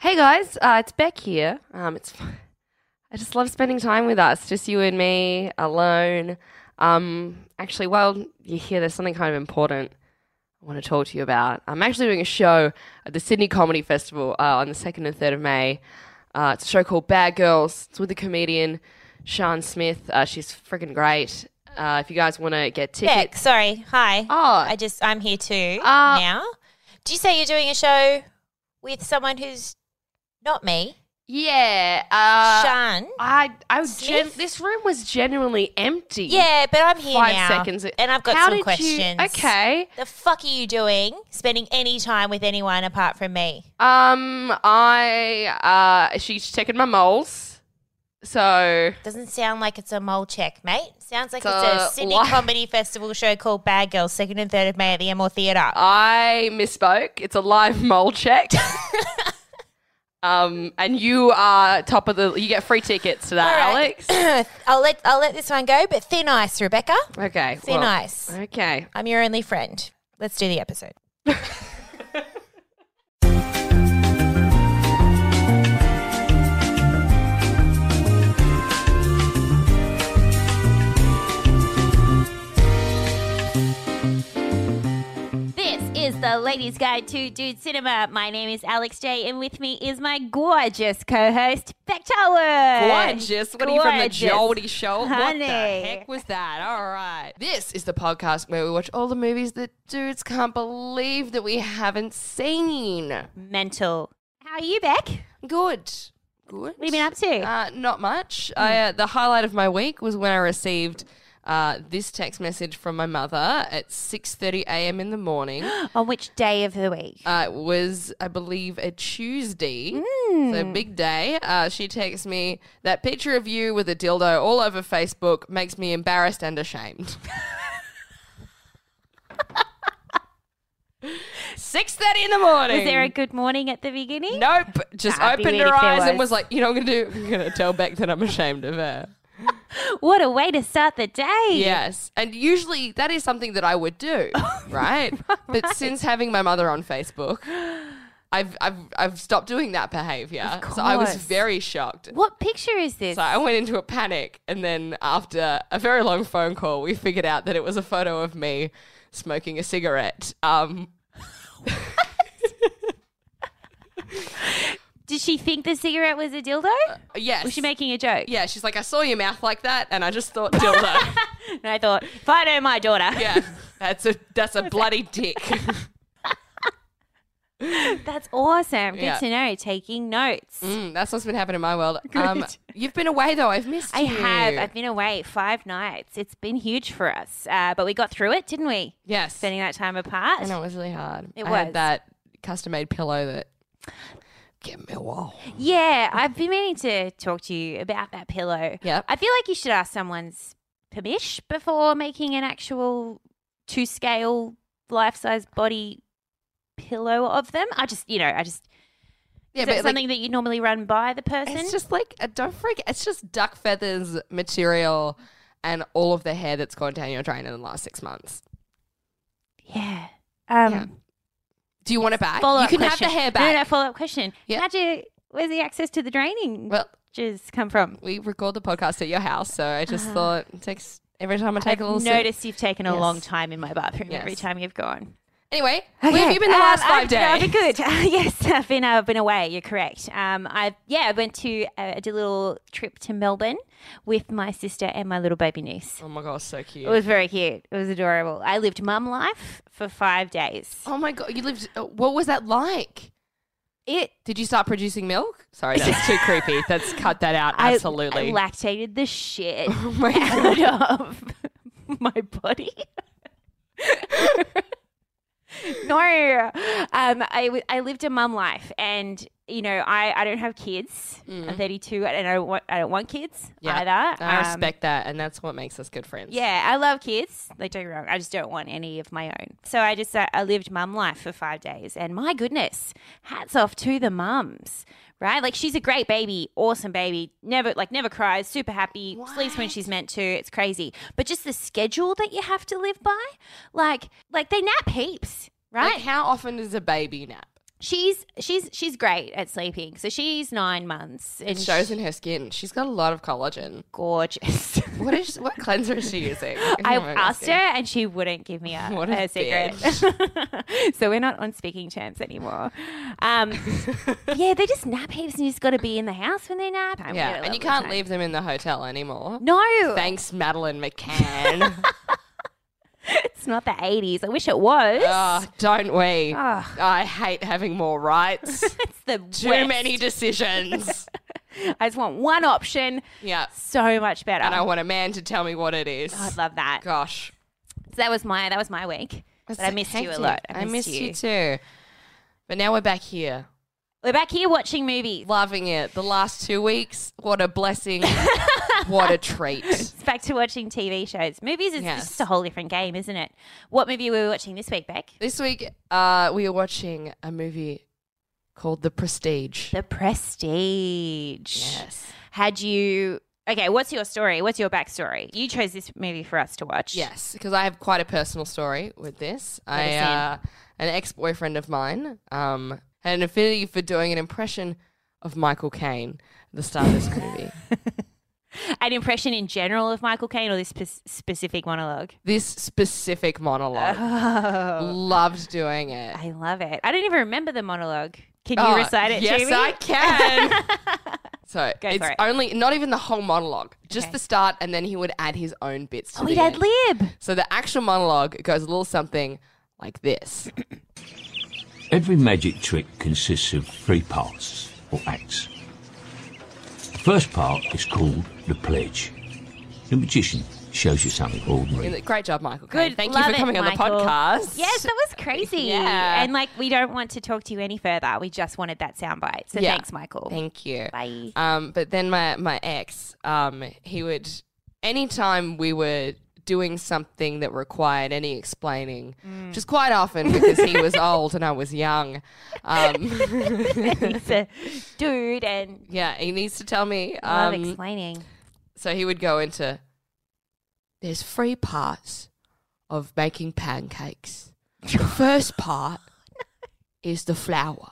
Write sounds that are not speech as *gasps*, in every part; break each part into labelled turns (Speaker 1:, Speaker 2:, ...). Speaker 1: Hey guys, uh, it's Beck here. Um, it's I just love spending time with us, just you and me alone. Um, actually, while you're here, there's something kind of important I want to talk to you about. I'm actually doing a show at the Sydney Comedy Festival uh, on the second and third of May. Uh, it's a show called Bad Girls. It's with the comedian Sean Smith. Uh, she's freaking great. Uh, if you guys want to get tickets,
Speaker 2: Beck, sorry. Hi.
Speaker 1: Oh.
Speaker 2: I just I'm here too
Speaker 1: Uh,
Speaker 2: now. Do you say you're doing a show with someone who's not me?
Speaker 1: yeah. Uh,
Speaker 2: Shan.
Speaker 1: I, I was gen-
Speaker 2: Smith?
Speaker 1: this room was genuinely empty.
Speaker 2: Yeah, but I'm here
Speaker 1: five
Speaker 2: now,
Speaker 1: seconds.
Speaker 2: and I've got
Speaker 1: How
Speaker 2: some
Speaker 1: did you-
Speaker 2: questions.
Speaker 1: okay.
Speaker 2: The fuck are you doing? Spending any time with anyone apart from me?
Speaker 1: Um, I uh, she's checking my moles. So
Speaker 2: Doesn't sound like it's a mole check, mate. Sounds like it's,
Speaker 1: It's
Speaker 2: a,
Speaker 1: a
Speaker 2: Sydney
Speaker 1: lie.
Speaker 2: Comedy Festival show called Bad Girls, second and third of May at the Emmore Theatre.
Speaker 1: Uh, I misspoke. It's a live *laughs* mole
Speaker 2: *laughs*
Speaker 1: check. um, and you are top of the. You get free tickets to that,
Speaker 2: All right. *laughs*
Speaker 1: Alex.
Speaker 2: *clears throat* I'll let I'll let this one go, but thin ice, Rebecca.
Speaker 1: Okay.
Speaker 2: Thin
Speaker 1: well,
Speaker 2: ice.
Speaker 1: Okay.
Speaker 2: I'm your only friend. Let's do the episode.
Speaker 3: This is the Ladies Guide to Dude Cinema. My name is Alex J, and with me is my gorgeous co-host Beck Charwood.
Speaker 1: Gorgeous. What are you from the
Speaker 3: Gorgeous.
Speaker 1: Joldy Show? What the
Speaker 3: Honey.
Speaker 1: heck was that? All right. This is the podcast where we watch all the movies that dudes can't believe that we haven't seen.
Speaker 3: Mental. How are you, Beck? What
Speaker 1: Good. Good.
Speaker 3: have you been up to? Hmm.
Speaker 1: Uh, not much. I, uh, the highlight of my week was when I received uh, this text message from my mother at 6.30 a.m. in the
Speaker 3: *gasps*
Speaker 1: morning.
Speaker 3: On which day of the week?
Speaker 1: Uh, it was, I believe, a Tuesday. So
Speaker 3: Hmm.
Speaker 1: big day. Uh, she texts me, that picture of you with a dildo all over Facebook makes me embarrassed and
Speaker 3: *laughs*
Speaker 1: ashamed. *laughs* 6.30 in the morning.
Speaker 3: was there a good morning at the beginning?
Speaker 1: Nope. Just
Speaker 3: I'd be
Speaker 1: opened her
Speaker 3: really
Speaker 1: eyes and
Speaker 3: fearless.
Speaker 1: was like, you know what I'm going to do? I'm
Speaker 3: *laughs*
Speaker 1: going to tell Beck that I'm ashamed of her.
Speaker 3: What a way to start the day.
Speaker 1: Yes. And usually that is something that I would
Speaker 3: *laughs*
Speaker 1: do, right? But since having my mother on Facebook, I've, I've, I've stopped doing that behavior.
Speaker 3: Of
Speaker 1: So I was
Speaker 3: course.
Speaker 1: very shocked.
Speaker 3: What picture is this?
Speaker 1: So I went into a panic. And then after a very long phone call, we figured out that it was a photo of me smoking a cigarette. Um,
Speaker 3: Did she think the cigarette was a dildo?
Speaker 1: yes.
Speaker 3: was she making a joke?
Speaker 1: yeah, she's like, I saw your mouth like that, and I just thought dildo.
Speaker 3: *laughs* And I thought, if I know my daughter,
Speaker 1: yeah, that's a that's a bloody dick.
Speaker 3: *laughs* that's awesome. Good
Speaker 1: Yeah.
Speaker 3: to know. Taking notes.
Speaker 1: *laughs* Mm, that's what's been happening in my world. Um, you've been away though. I've missed
Speaker 3: I
Speaker 1: you.
Speaker 3: have. I've been away five nights. It's been huge for us, uh, but we got through it, didn't we?
Speaker 1: yes,
Speaker 3: Spending that time apart.
Speaker 1: I know it was really hard.
Speaker 3: It
Speaker 1: I
Speaker 3: was.
Speaker 1: had that custom-made pillow that. Give me a wall.
Speaker 3: Yeah, I've been meaning to talk to you about that pillow.
Speaker 1: Yep.
Speaker 3: I feel like you should ask someone's permission before making an actual two scale life size body pillow of them. I just, you know, I just.
Speaker 1: Yeah,
Speaker 3: is that
Speaker 1: but like,
Speaker 3: something that you normally run by the person?
Speaker 1: it's just like uh, don't forget. It's just duck feathers material and all of the hair that's gone down your drain in the last six months.
Speaker 3: yeah. Um,
Speaker 1: Yeah. Do you want it back?
Speaker 3: Follow
Speaker 1: you
Speaker 3: up
Speaker 1: can
Speaker 3: question.
Speaker 1: have the hair
Speaker 3: No, no,
Speaker 1: back.
Speaker 3: follow up question.
Speaker 1: Yeah.
Speaker 3: How'd you, where's the access to the draining
Speaker 1: Well,
Speaker 3: just come from?
Speaker 1: we record the podcast at your house, so I just thought it takes every time I take a little.
Speaker 3: Uh-huh. I've
Speaker 1: sip.
Speaker 3: noticed you've taken a
Speaker 1: Yes.
Speaker 3: long time in my bathroom
Speaker 1: Yes.
Speaker 3: every time you've gone.
Speaker 1: Anyway, where have you been the
Speaker 3: Um,
Speaker 1: last five
Speaker 3: I've,
Speaker 1: days? *laughs*
Speaker 3: I've been good. *laughs* yes, I've been. I've been away. You're correct. Um, I yeah, I went to uh, I did a little trip to Melbourne with my sister and my little baby niece.
Speaker 1: Oh my gosh, so cute.
Speaker 3: It was very cute. It was adorable. I lived mum life for five days.
Speaker 1: Oh my god, you lived. uh, What was that like?
Speaker 3: It.
Speaker 1: Did you start producing milk? Sorry, that's too creepy. That's cut that out.
Speaker 3: *laughs* I-
Speaker 1: Absolutely.
Speaker 3: I lactated the shit *laughs*
Speaker 1: oh my god.
Speaker 3: out of *laughs* my body. *laughs* no, um, I, w- I lived a mum life, and you know I, I don't have kids. I'm 32, and I don't want I don't want kids
Speaker 1: Yeah,
Speaker 3: either.
Speaker 1: I
Speaker 3: Um,
Speaker 1: respect that, and that's what makes us good friends.
Speaker 3: Yeah, I love kids. Like don't get me wrong, I just don't want any of my own. So I just uh, I lived mum life for five days, and my goodness, hats off to the mums, right? Like she's a great baby, awesome baby. Never like never cries, super happy, sleeps when she's meant to. It's crazy, but just the schedule that you have to live by, like like they nap heaps,
Speaker 1: Like,
Speaker 3: right?
Speaker 1: how often does a baby nap?
Speaker 3: she's she's she's great at sleeping. So she's nine months and
Speaker 1: It shows in her skin. She's got a lot of collagen.
Speaker 3: gorgeous. *laughs*
Speaker 1: What is what cleanser is she using?
Speaker 3: I
Speaker 1: Everyone
Speaker 3: asked her
Speaker 1: asking.
Speaker 3: and she wouldn't give me a,
Speaker 1: *laughs* What a
Speaker 3: her secret. *laughs* so we're not on speaking terms anymore.
Speaker 1: *laughs*
Speaker 3: Um, yeah, they just nap heaps and you just got to be in the house when they nap. I'm
Speaker 1: Yeah, and you can't leave them in the hotel anymore.
Speaker 3: No,
Speaker 1: Thanks, Madeline McCann.
Speaker 3: *laughs* it's not the 80s. I wish it was.
Speaker 1: oh, don't we?
Speaker 3: Ugh.
Speaker 1: I hate having more rights.
Speaker 3: *laughs* it's the
Speaker 1: Too
Speaker 3: worst.
Speaker 1: many decisions.
Speaker 3: I just want one option.
Speaker 1: *laughs* yeah.
Speaker 3: So much better.
Speaker 1: And I want a man to tell me what it is.
Speaker 3: I'd love that.
Speaker 1: Gosh.
Speaker 3: So that was my that was my week. But I missed you a
Speaker 1: Hectic.
Speaker 3: lot. I
Speaker 1: I
Speaker 3: missed
Speaker 1: missed you.
Speaker 3: you.
Speaker 1: too. But now we're back here.
Speaker 3: We're back here watching movies.
Speaker 1: Loving it. The last two weeks, what a blessing.
Speaker 3: *laughs*
Speaker 1: what a treat.
Speaker 3: It's back to watching TV shows. Movies is
Speaker 1: Yes.
Speaker 3: just a whole different game, isn't it? What movie were we watching this week, Beck?
Speaker 1: This week, uh, we are watching a movie called The Prestige.
Speaker 3: The Prestige.
Speaker 1: yes.
Speaker 3: Had you Okay, what's your story? What's your backstory? You chose this movie for us to watch.
Speaker 1: Yes, because I have quite a personal story with this.
Speaker 3: us
Speaker 1: I
Speaker 3: in.
Speaker 1: uh, an ex boyfriend of mine um, had an affinity for doing an impression of Michael Caine at the start of
Speaker 3: *laughs*
Speaker 1: this movie.
Speaker 3: An impression in general of Michael Caine or this spe- specific monologue?
Speaker 1: this specific monologue,
Speaker 3: Oh,
Speaker 1: loved doing it.
Speaker 3: I love it. I don't even remember the monologue. Can
Speaker 1: Oh,
Speaker 3: you recite it
Speaker 1: yes,
Speaker 3: to me?
Speaker 1: I
Speaker 3: *laughs*
Speaker 1: can. so
Speaker 3: Go
Speaker 1: it's
Speaker 3: for it.
Speaker 1: only not even the whole monologue, just
Speaker 3: Okay.
Speaker 1: the start, and then he would add his own bits. To
Speaker 3: Oh,
Speaker 1: the
Speaker 3: we'd ad
Speaker 1: end.
Speaker 3: lib.
Speaker 1: So the actual monologue goes a little something like
Speaker 3: *laughs*
Speaker 1: this.
Speaker 4: Every magic trick consists of three parts, or acts. The first part is called the pledge. The magician shows you something ordinary.
Speaker 1: And Great job, Michael. Caine.
Speaker 3: Good.
Speaker 1: Thank
Speaker 3: Love
Speaker 1: you for
Speaker 3: it,
Speaker 1: coming on
Speaker 3: Michael.
Speaker 1: the podcast.
Speaker 3: Yes, that was crazy.
Speaker 1: Yeah.
Speaker 3: And like, we don't want to talk to you any further. We just wanted that soundbite. So
Speaker 1: Yeah.
Speaker 3: thanks, Michael.
Speaker 1: Thank you.
Speaker 3: Bye.
Speaker 1: Um, but then my my ex, um, he would anytime we were doing something that required any explaining,
Speaker 3: Mm.
Speaker 1: which is quite often because he was *laughs* old and I was young. Um,
Speaker 3: He's a dude and
Speaker 1: yeah, he needs to tell me.
Speaker 3: love
Speaker 1: Um,
Speaker 3: explaining.
Speaker 1: so he would go into there's three parts of making pancakes.
Speaker 3: *laughs*
Speaker 1: The first part is the flour.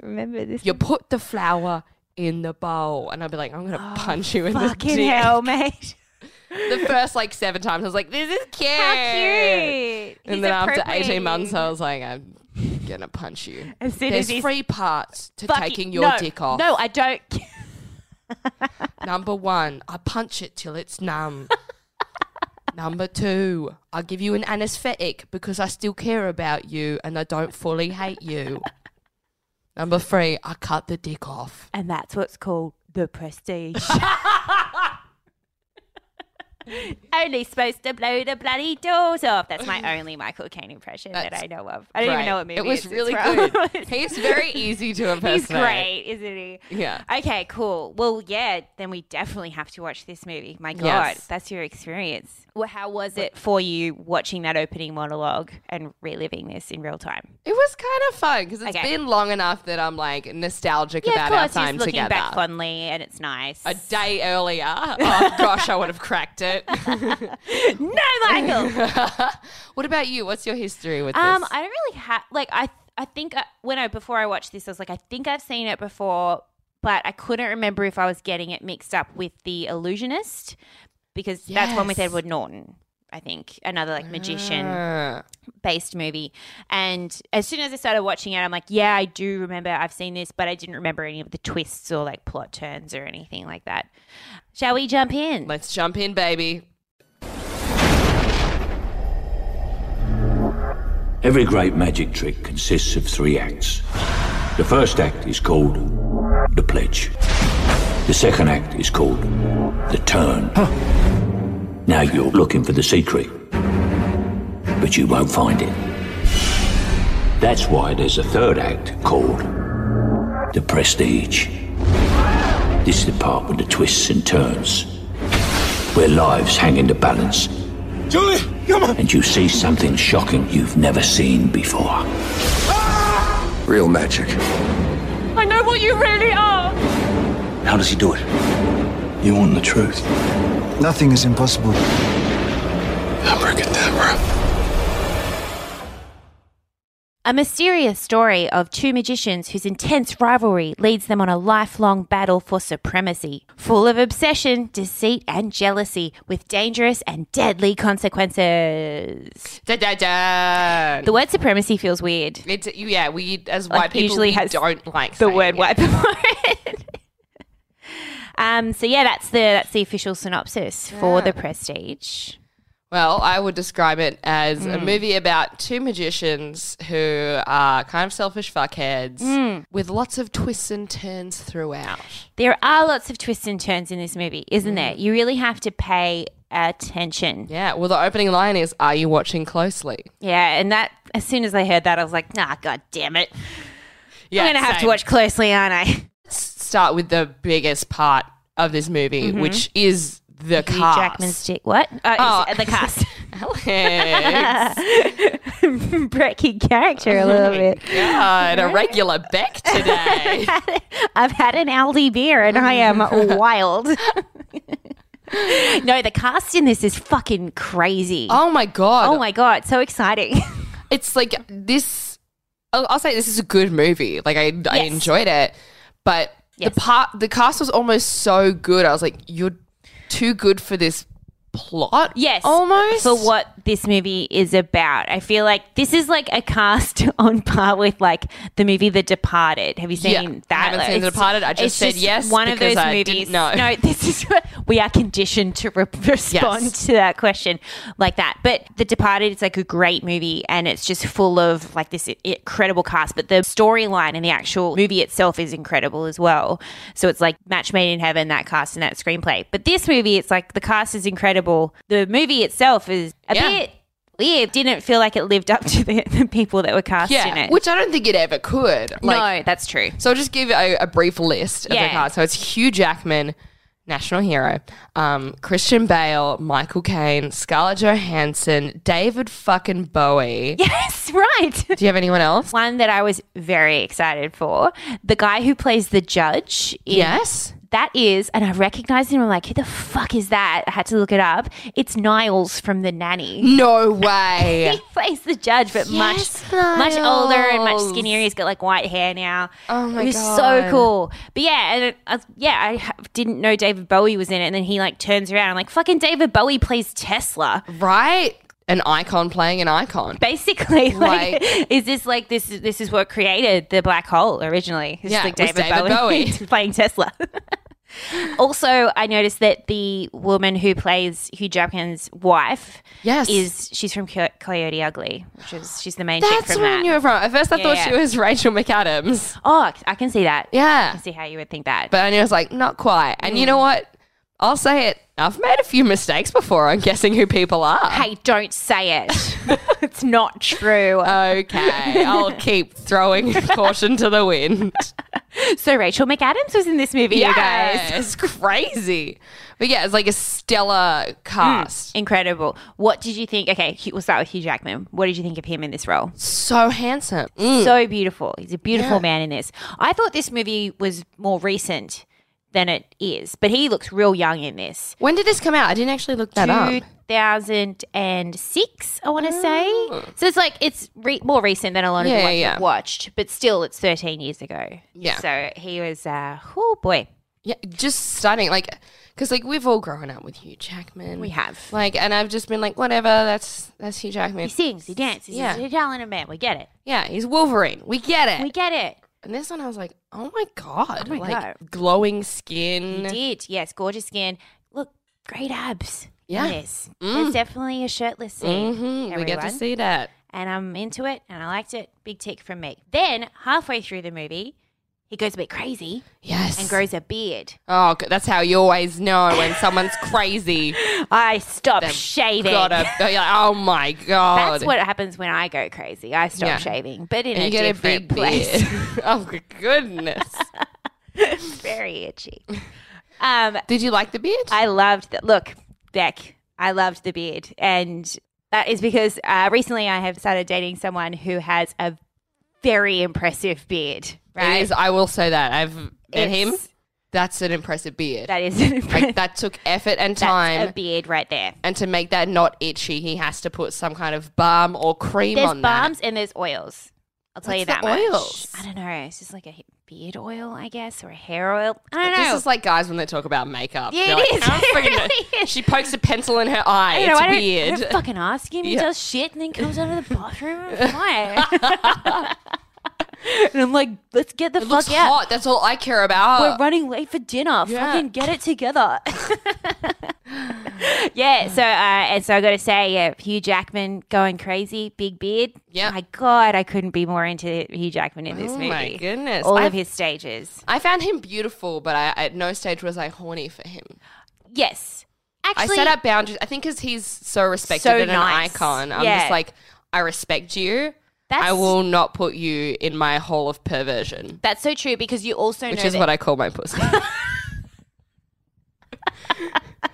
Speaker 3: Remember this?
Speaker 1: You put the flour in the bowl, and I'd be like, I'm gonna punch you in the
Speaker 3: Oh, *laughs* fucking
Speaker 1: dick.
Speaker 3: hell, mate.
Speaker 1: the first like seven times, I was like, "This is cute."
Speaker 3: How cute. He's
Speaker 1: And then after
Speaker 3: appropriating
Speaker 1: eighteen months,
Speaker 3: you.
Speaker 1: I was like, "I'm gonna punch you."
Speaker 3: as soon as
Speaker 1: There's
Speaker 3: he's
Speaker 1: three parts to
Speaker 3: fuck
Speaker 1: taking
Speaker 3: you.
Speaker 1: your
Speaker 3: No,
Speaker 1: dick off.
Speaker 3: No, I don't.
Speaker 1: Number one, I punch it till it's
Speaker 3: *laughs*
Speaker 1: numb. Number two, I give you an anesthetic because I still care about you and I don't fully hate you. Number three, I cut the dick off.
Speaker 3: And that's what's called
Speaker 1: *laughs*
Speaker 3: the prestige. only supposed to blow the bloody doors off. That's my only Michael Caine impression that
Speaker 1: That's
Speaker 3: I know of. I don't even know what
Speaker 1: Great.
Speaker 3: movie
Speaker 1: It was
Speaker 3: it's
Speaker 1: really
Speaker 3: from. *laughs*
Speaker 1: good. He's very easy to impersonate.
Speaker 3: He's great, isn't he?
Speaker 1: Yeah.
Speaker 3: Okay, cool. Well, yeah, then we definitely have to watch this movie. My God,
Speaker 1: Yes.
Speaker 3: that's your experience. Well, how was it for you watching that opening monologue and reliving this in real time?
Speaker 1: It was kind of fun because it's
Speaker 3: Okay.
Speaker 1: been long enough that I'm like nostalgic
Speaker 3: Yeah,
Speaker 1: about
Speaker 3: of
Speaker 1: our
Speaker 3: course,
Speaker 1: time
Speaker 3: he's looking
Speaker 1: together.
Speaker 3: back fondly, and it's nice.
Speaker 1: a day earlier. Oh gosh, I would have cracked it.
Speaker 3: *laughs*
Speaker 1: *laughs*
Speaker 3: no, Michael.
Speaker 1: what about you? What's your history with
Speaker 3: Um,
Speaker 1: this?
Speaker 3: I don't really have like I. I think I, when I before I watched this, I was like, I think I've seen it before, but I couldn't remember if I was getting it mixed up with the Illusionist because that's one with
Speaker 1: Yes.
Speaker 3: Edward Norton. I think another like magician
Speaker 1: Uh,
Speaker 3: based movie. And as soon as I started watching it, I'm like, yeah, I do remember I've seen this, but I didn't remember any of the twists or like plot turns or anything like that. Shall we jump in?
Speaker 1: let's jump in, baby.
Speaker 4: Every great magic trick consists of three acts. The first act is called the pledge. The second act is called the turn. Now you're looking for the secret, but you won't find it. That's why there's a third act called the prestige. This is the part with the twists and turns, where lives hang in the balance
Speaker 5: Julie, come on.
Speaker 4: and you see something shocking you've never seen before.
Speaker 5: Real magic.
Speaker 3: I know what you really are.
Speaker 5: How does he do it?
Speaker 6: You want the truth?
Speaker 5: Nothing is impossible. Abracadabra.
Speaker 3: I A mysterious story of two magicians whose intense rivalry leads them on a lifelong battle for supremacy, full of obsession, deceit, and jealousy, with dangerous and deadly consequences.
Speaker 1: Da, da, da.
Speaker 3: The word supremacy feels weird.
Speaker 1: It's yeah, we as
Speaker 3: Like,
Speaker 1: white people
Speaker 3: usually
Speaker 1: we
Speaker 3: has
Speaker 1: don't like
Speaker 3: the
Speaker 1: saying
Speaker 3: word
Speaker 1: it.
Speaker 3: wipe
Speaker 1: *laughs*
Speaker 3: before it. um, so yeah, that's the that's the official synopsis for the Prestige.
Speaker 1: Well, I would describe it as a
Speaker 3: Mm.
Speaker 1: movie about two magicians who are kind of selfish fuckheads
Speaker 3: Mm.
Speaker 1: with lots of twists and turns throughout.
Speaker 3: There are lots of twists and turns in this movie, isn't there? You really have to pay attention. Yeah.
Speaker 1: Yeah, well, the opening line is Are you watching closely?
Speaker 3: and that as soon as I heard that, I was like, Nah, god damn it,
Speaker 1: Yeah,
Speaker 3: I'm gonna have to
Speaker 1: same.
Speaker 3: watch closely, aren't I?
Speaker 1: Start with the biggest part of this movie, which is the
Speaker 3: Hugh
Speaker 1: cast.
Speaker 3: Jackman's dick. What? Oh,
Speaker 1: Oh.
Speaker 3: it's-
Speaker 1: *laughs*
Speaker 3: the cast.
Speaker 1: Alex.
Speaker 3: *laughs* Breaking character a
Speaker 1: *laughs*
Speaker 3: little bit.
Speaker 1: God, a regular Beck *laughs* today.
Speaker 3: I've had an Aldi beer and I *laughs* am wild. no, the cast in this is fucking crazy.
Speaker 1: oh my god.
Speaker 3: Oh my god, so exciting.
Speaker 1: it's like this I'll, I'll say this is a good movie like i, I
Speaker 3: Yes.
Speaker 1: enjoyed it but
Speaker 3: Yes.
Speaker 1: the part the cast was almost so good i was like you're too good for this plot
Speaker 3: yes.
Speaker 1: almost
Speaker 3: For what this movie is about. I feel like this is like a cast *laughs* on par with like the movie The Departed. Have you seen
Speaker 1: Yeah,
Speaker 3: that?
Speaker 1: I haven't
Speaker 3: Like,
Speaker 1: seen The
Speaker 3: it's-
Speaker 1: Departed. I just
Speaker 3: it's
Speaker 1: said yes
Speaker 3: One of
Speaker 1: because
Speaker 3: those
Speaker 1: I
Speaker 3: movies.
Speaker 1: didn't know.
Speaker 3: No, *laughs* this is what we are conditioned to re- respond
Speaker 1: Yes.
Speaker 3: to that question like that. But The Departed is like a great movie and it's just full of like this i- incredible cast. But the storyline and the actual movie itself is incredible as well. So it's like match made in heaven, that cast and that screenplay. But this movie, it's like the cast is incredible. The movie itself is a
Speaker 1: Yeah.
Speaker 3: bit weird. Didn't feel like it lived up to the, the people that were cast in
Speaker 1: yeah
Speaker 3: it.
Speaker 1: which i don't think it ever could like
Speaker 3: no, that's true.
Speaker 1: so i'll just give a, a brief list of
Speaker 3: Yeah.
Speaker 1: the cast so it's hugh jackman national hero um, christian bale michael caine scarlett johansson david fucking bowie
Speaker 3: Yes, *laughs* right.
Speaker 1: do you have anyone else
Speaker 3: One that I was very excited for. The guy who plays the judge in
Speaker 1: yes
Speaker 3: That is, and I recognized him. I'm like, who the fuck is that? I had to look it up. It's Niles from The Nanny.
Speaker 1: no way
Speaker 3: *laughs* He plays the judge, but much, much older and much
Speaker 1: Niles.
Speaker 3: skinnier. He's got like white hair now.
Speaker 1: Oh my
Speaker 3: it was so
Speaker 1: God.
Speaker 3: cool. But yeah, and it, I, yeah, I ha- didn't know David Bowie was in it. And then he like turns around. I'm like, fucking David Bowie plays Tesla.
Speaker 1: right? An icon playing an icon.
Speaker 3: Basically, *laughs* like,
Speaker 1: Like-
Speaker 3: is this like this? is- This is what created the black hole originally? It's
Speaker 1: Yeah,
Speaker 3: just like
Speaker 1: it was
Speaker 3: David,
Speaker 1: David
Speaker 3: Bowie,
Speaker 1: Bowie.
Speaker 3: *laughs* playing Tesla. also, I noticed that the woman who plays Hugh Jackman's wife,
Speaker 1: Yes.
Speaker 3: is she's from Co- Coyote Ugly, which is she's the main chick
Speaker 1: That's
Speaker 3: from
Speaker 1: where I
Speaker 3: that.
Speaker 1: knew her from. At first, I
Speaker 3: Yeah,
Speaker 1: thought
Speaker 3: yeah.
Speaker 1: she was Rachel
Speaker 3: *gasps*
Speaker 1: McAdams.
Speaker 3: oh, I can see that. I
Speaker 1: Yeah.
Speaker 3: can see how you would think that.
Speaker 1: But I knew I was like, not quite. And
Speaker 3: Mm.
Speaker 1: you know what? I'll say it. I've made a few mistakes before on guessing who people are.
Speaker 3: hey, don't say it.
Speaker 1: *laughs*
Speaker 3: *laughs* it's not true.
Speaker 1: Uh, Okay. *laughs* I'll keep throwing caution to the wind.
Speaker 3: so Rachel McAdams was in this movie, you guys.
Speaker 1: It's crazy. But yeah, it's like a stellar cast.
Speaker 3: Incredible. What did you think? Okay, Hugh- we'll start with Hugh Jackman. What did you think of him in this role?
Speaker 1: So handsome. Mm.
Speaker 3: So beautiful. He's a beautiful man in this. I thought this movie was more recent than it is, but he looks real young in this.
Speaker 1: When did this come out? I didn't actually look that up.
Speaker 3: 2006, I want to say. So it's like it's re- more recent than a lot
Speaker 1: Ah.
Speaker 3: of
Speaker 1: Yeah,
Speaker 3: the ones
Speaker 1: yeah.
Speaker 3: we've watched, but still, it's 13 years ago.
Speaker 1: Yeah.
Speaker 3: So he was, uh, oh boy,
Speaker 1: Yeah, just stunning. Like, because like we've all grown up with Hugh Jackman.
Speaker 3: we have.
Speaker 1: Like, and I've just been like, whatever. That's that's Hugh Jackman.
Speaker 3: He sings, he dances,
Speaker 1: Yeah. Eh.
Speaker 3: he's a talented man. We get it.
Speaker 1: yeah, he's Wolverine. We get it.
Speaker 3: We get it.
Speaker 1: and this one, I was like, oh my god,
Speaker 3: my
Speaker 1: like
Speaker 3: God.
Speaker 1: glowing
Speaker 3: He
Speaker 1: skin.
Speaker 3: did. Yes, gorgeous skin. Look, great abs.
Speaker 1: Yeah. Mm.
Speaker 3: Yes. There's definitely a shirtless scene.
Speaker 1: Mm-hmm. We get to
Speaker 3: everyone.
Speaker 1: see that.
Speaker 3: And I'm into it and I liked it. Big tick from me. Then halfway through the movie, he goes a bit crazy
Speaker 1: Yes.
Speaker 3: and grows a beard.
Speaker 1: oh, good. that's how you always know when someone's crazy.
Speaker 3: I stop
Speaker 1: They've
Speaker 3: shaving.
Speaker 1: Got a. you're like, oh my god.
Speaker 3: That's what happens when I go crazy. I stop
Speaker 1: Yeah.
Speaker 3: shaving, but in
Speaker 1: And
Speaker 3: a
Speaker 1: you get a
Speaker 3: different
Speaker 1: big
Speaker 3: place. *laughs*
Speaker 1: beard. *laughs* oh good goodness.
Speaker 3: it's very itchy. Um,
Speaker 1: Did you like the beard?
Speaker 3: I loved that. Look, Beck, I loved the beard. And that is because uh, recently I have started dating someone who has a very impressive beard, right?
Speaker 1: It is. I will say that I've met him.
Speaker 3: It's-
Speaker 1: That's an impressive beard.
Speaker 3: That is an
Speaker 1: Like
Speaker 3: impressive
Speaker 1: that took effort and
Speaker 3: That's a
Speaker 1: time.
Speaker 3: beard right there.
Speaker 1: and to make that not itchy, he has to put some kind of balm or cream
Speaker 3: There's
Speaker 1: on that.
Speaker 3: balms and there's oils. I'll tell you
Speaker 1: What's
Speaker 3: that
Speaker 1: the
Speaker 3: much.
Speaker 1: oils?
Speaker 3: I don't know. It's just like a beard oil, I guess, or a hair oil. I don't know.
Speaker 1: This is like guys when they talk about makeup.
Speaker 3: Yeah,
Speaker 1: They're
Speaker 3: it
Speaker 1: like,
Speaker 3: is.
Speaker 1: "I don't
Speaker 3: *laughs* It
Speaker 1: fucking know." *laughs*
Speaker 3: really is.
Speaker 1: She pokes a pencil in her eye.
Speaker 3: I don't know, I don't-
Speaker 1: It's
Speaker 3: I don't
Speaker 1: weird.
Speaker 3: fucking ask him. He
Speaker 1: Yeah.
Speaker 3: does shit and then comes out of the bathroom.
Speaker 1: *laughs*
Speaker 3: Why? *laughs* and I'm like, let's get the
Speaker 1: It
Speaker 3: fuck
Speaker 1: looks
Speaker 3: out.
Speaker 1: hot. That's all I care about.
Speaker 3: We're running late for dinner.
Speaker 1: Uh, Yeah.
Speaker 3: Fucking get it together. *laughs* yeah. So uh, and so I got to say, yeah, Hugh Jackman going crazy, big beard.
Speaker 1: Yeah.
Speaker 3: My God, I couldn't be more into Hugh Jackman in this
Speaker 1: Oh
Speaker 3: movie.
Speaker 1: my goodness.
Speaker 3: All
Speaker 1: I've-
Speaker 3: of his stages.
Speaker 1: I found him beautiful, but I, at no stage was I horny for him.
Speaker 3: Yes. Actually,
Speaker 1: I set up boundaries. I think because he's so respected
Speaker 3: So
Speaker 1: and
Speaker 3: nice.
Speaker 1: an icon, I'm
Speaker 3: Yeah.
Speaker 1: just like, I respect you.
Speaker 3: That's,
Speaker 1: I will not put you in my hole of perversion,
Speaker 3: That's so true because you also
Speaker 1: which
Speaker 3: know
Speaker 1: is
Speaker 3: that
Speaker 1: what I call my pussy.
Speaker 3: *laughs*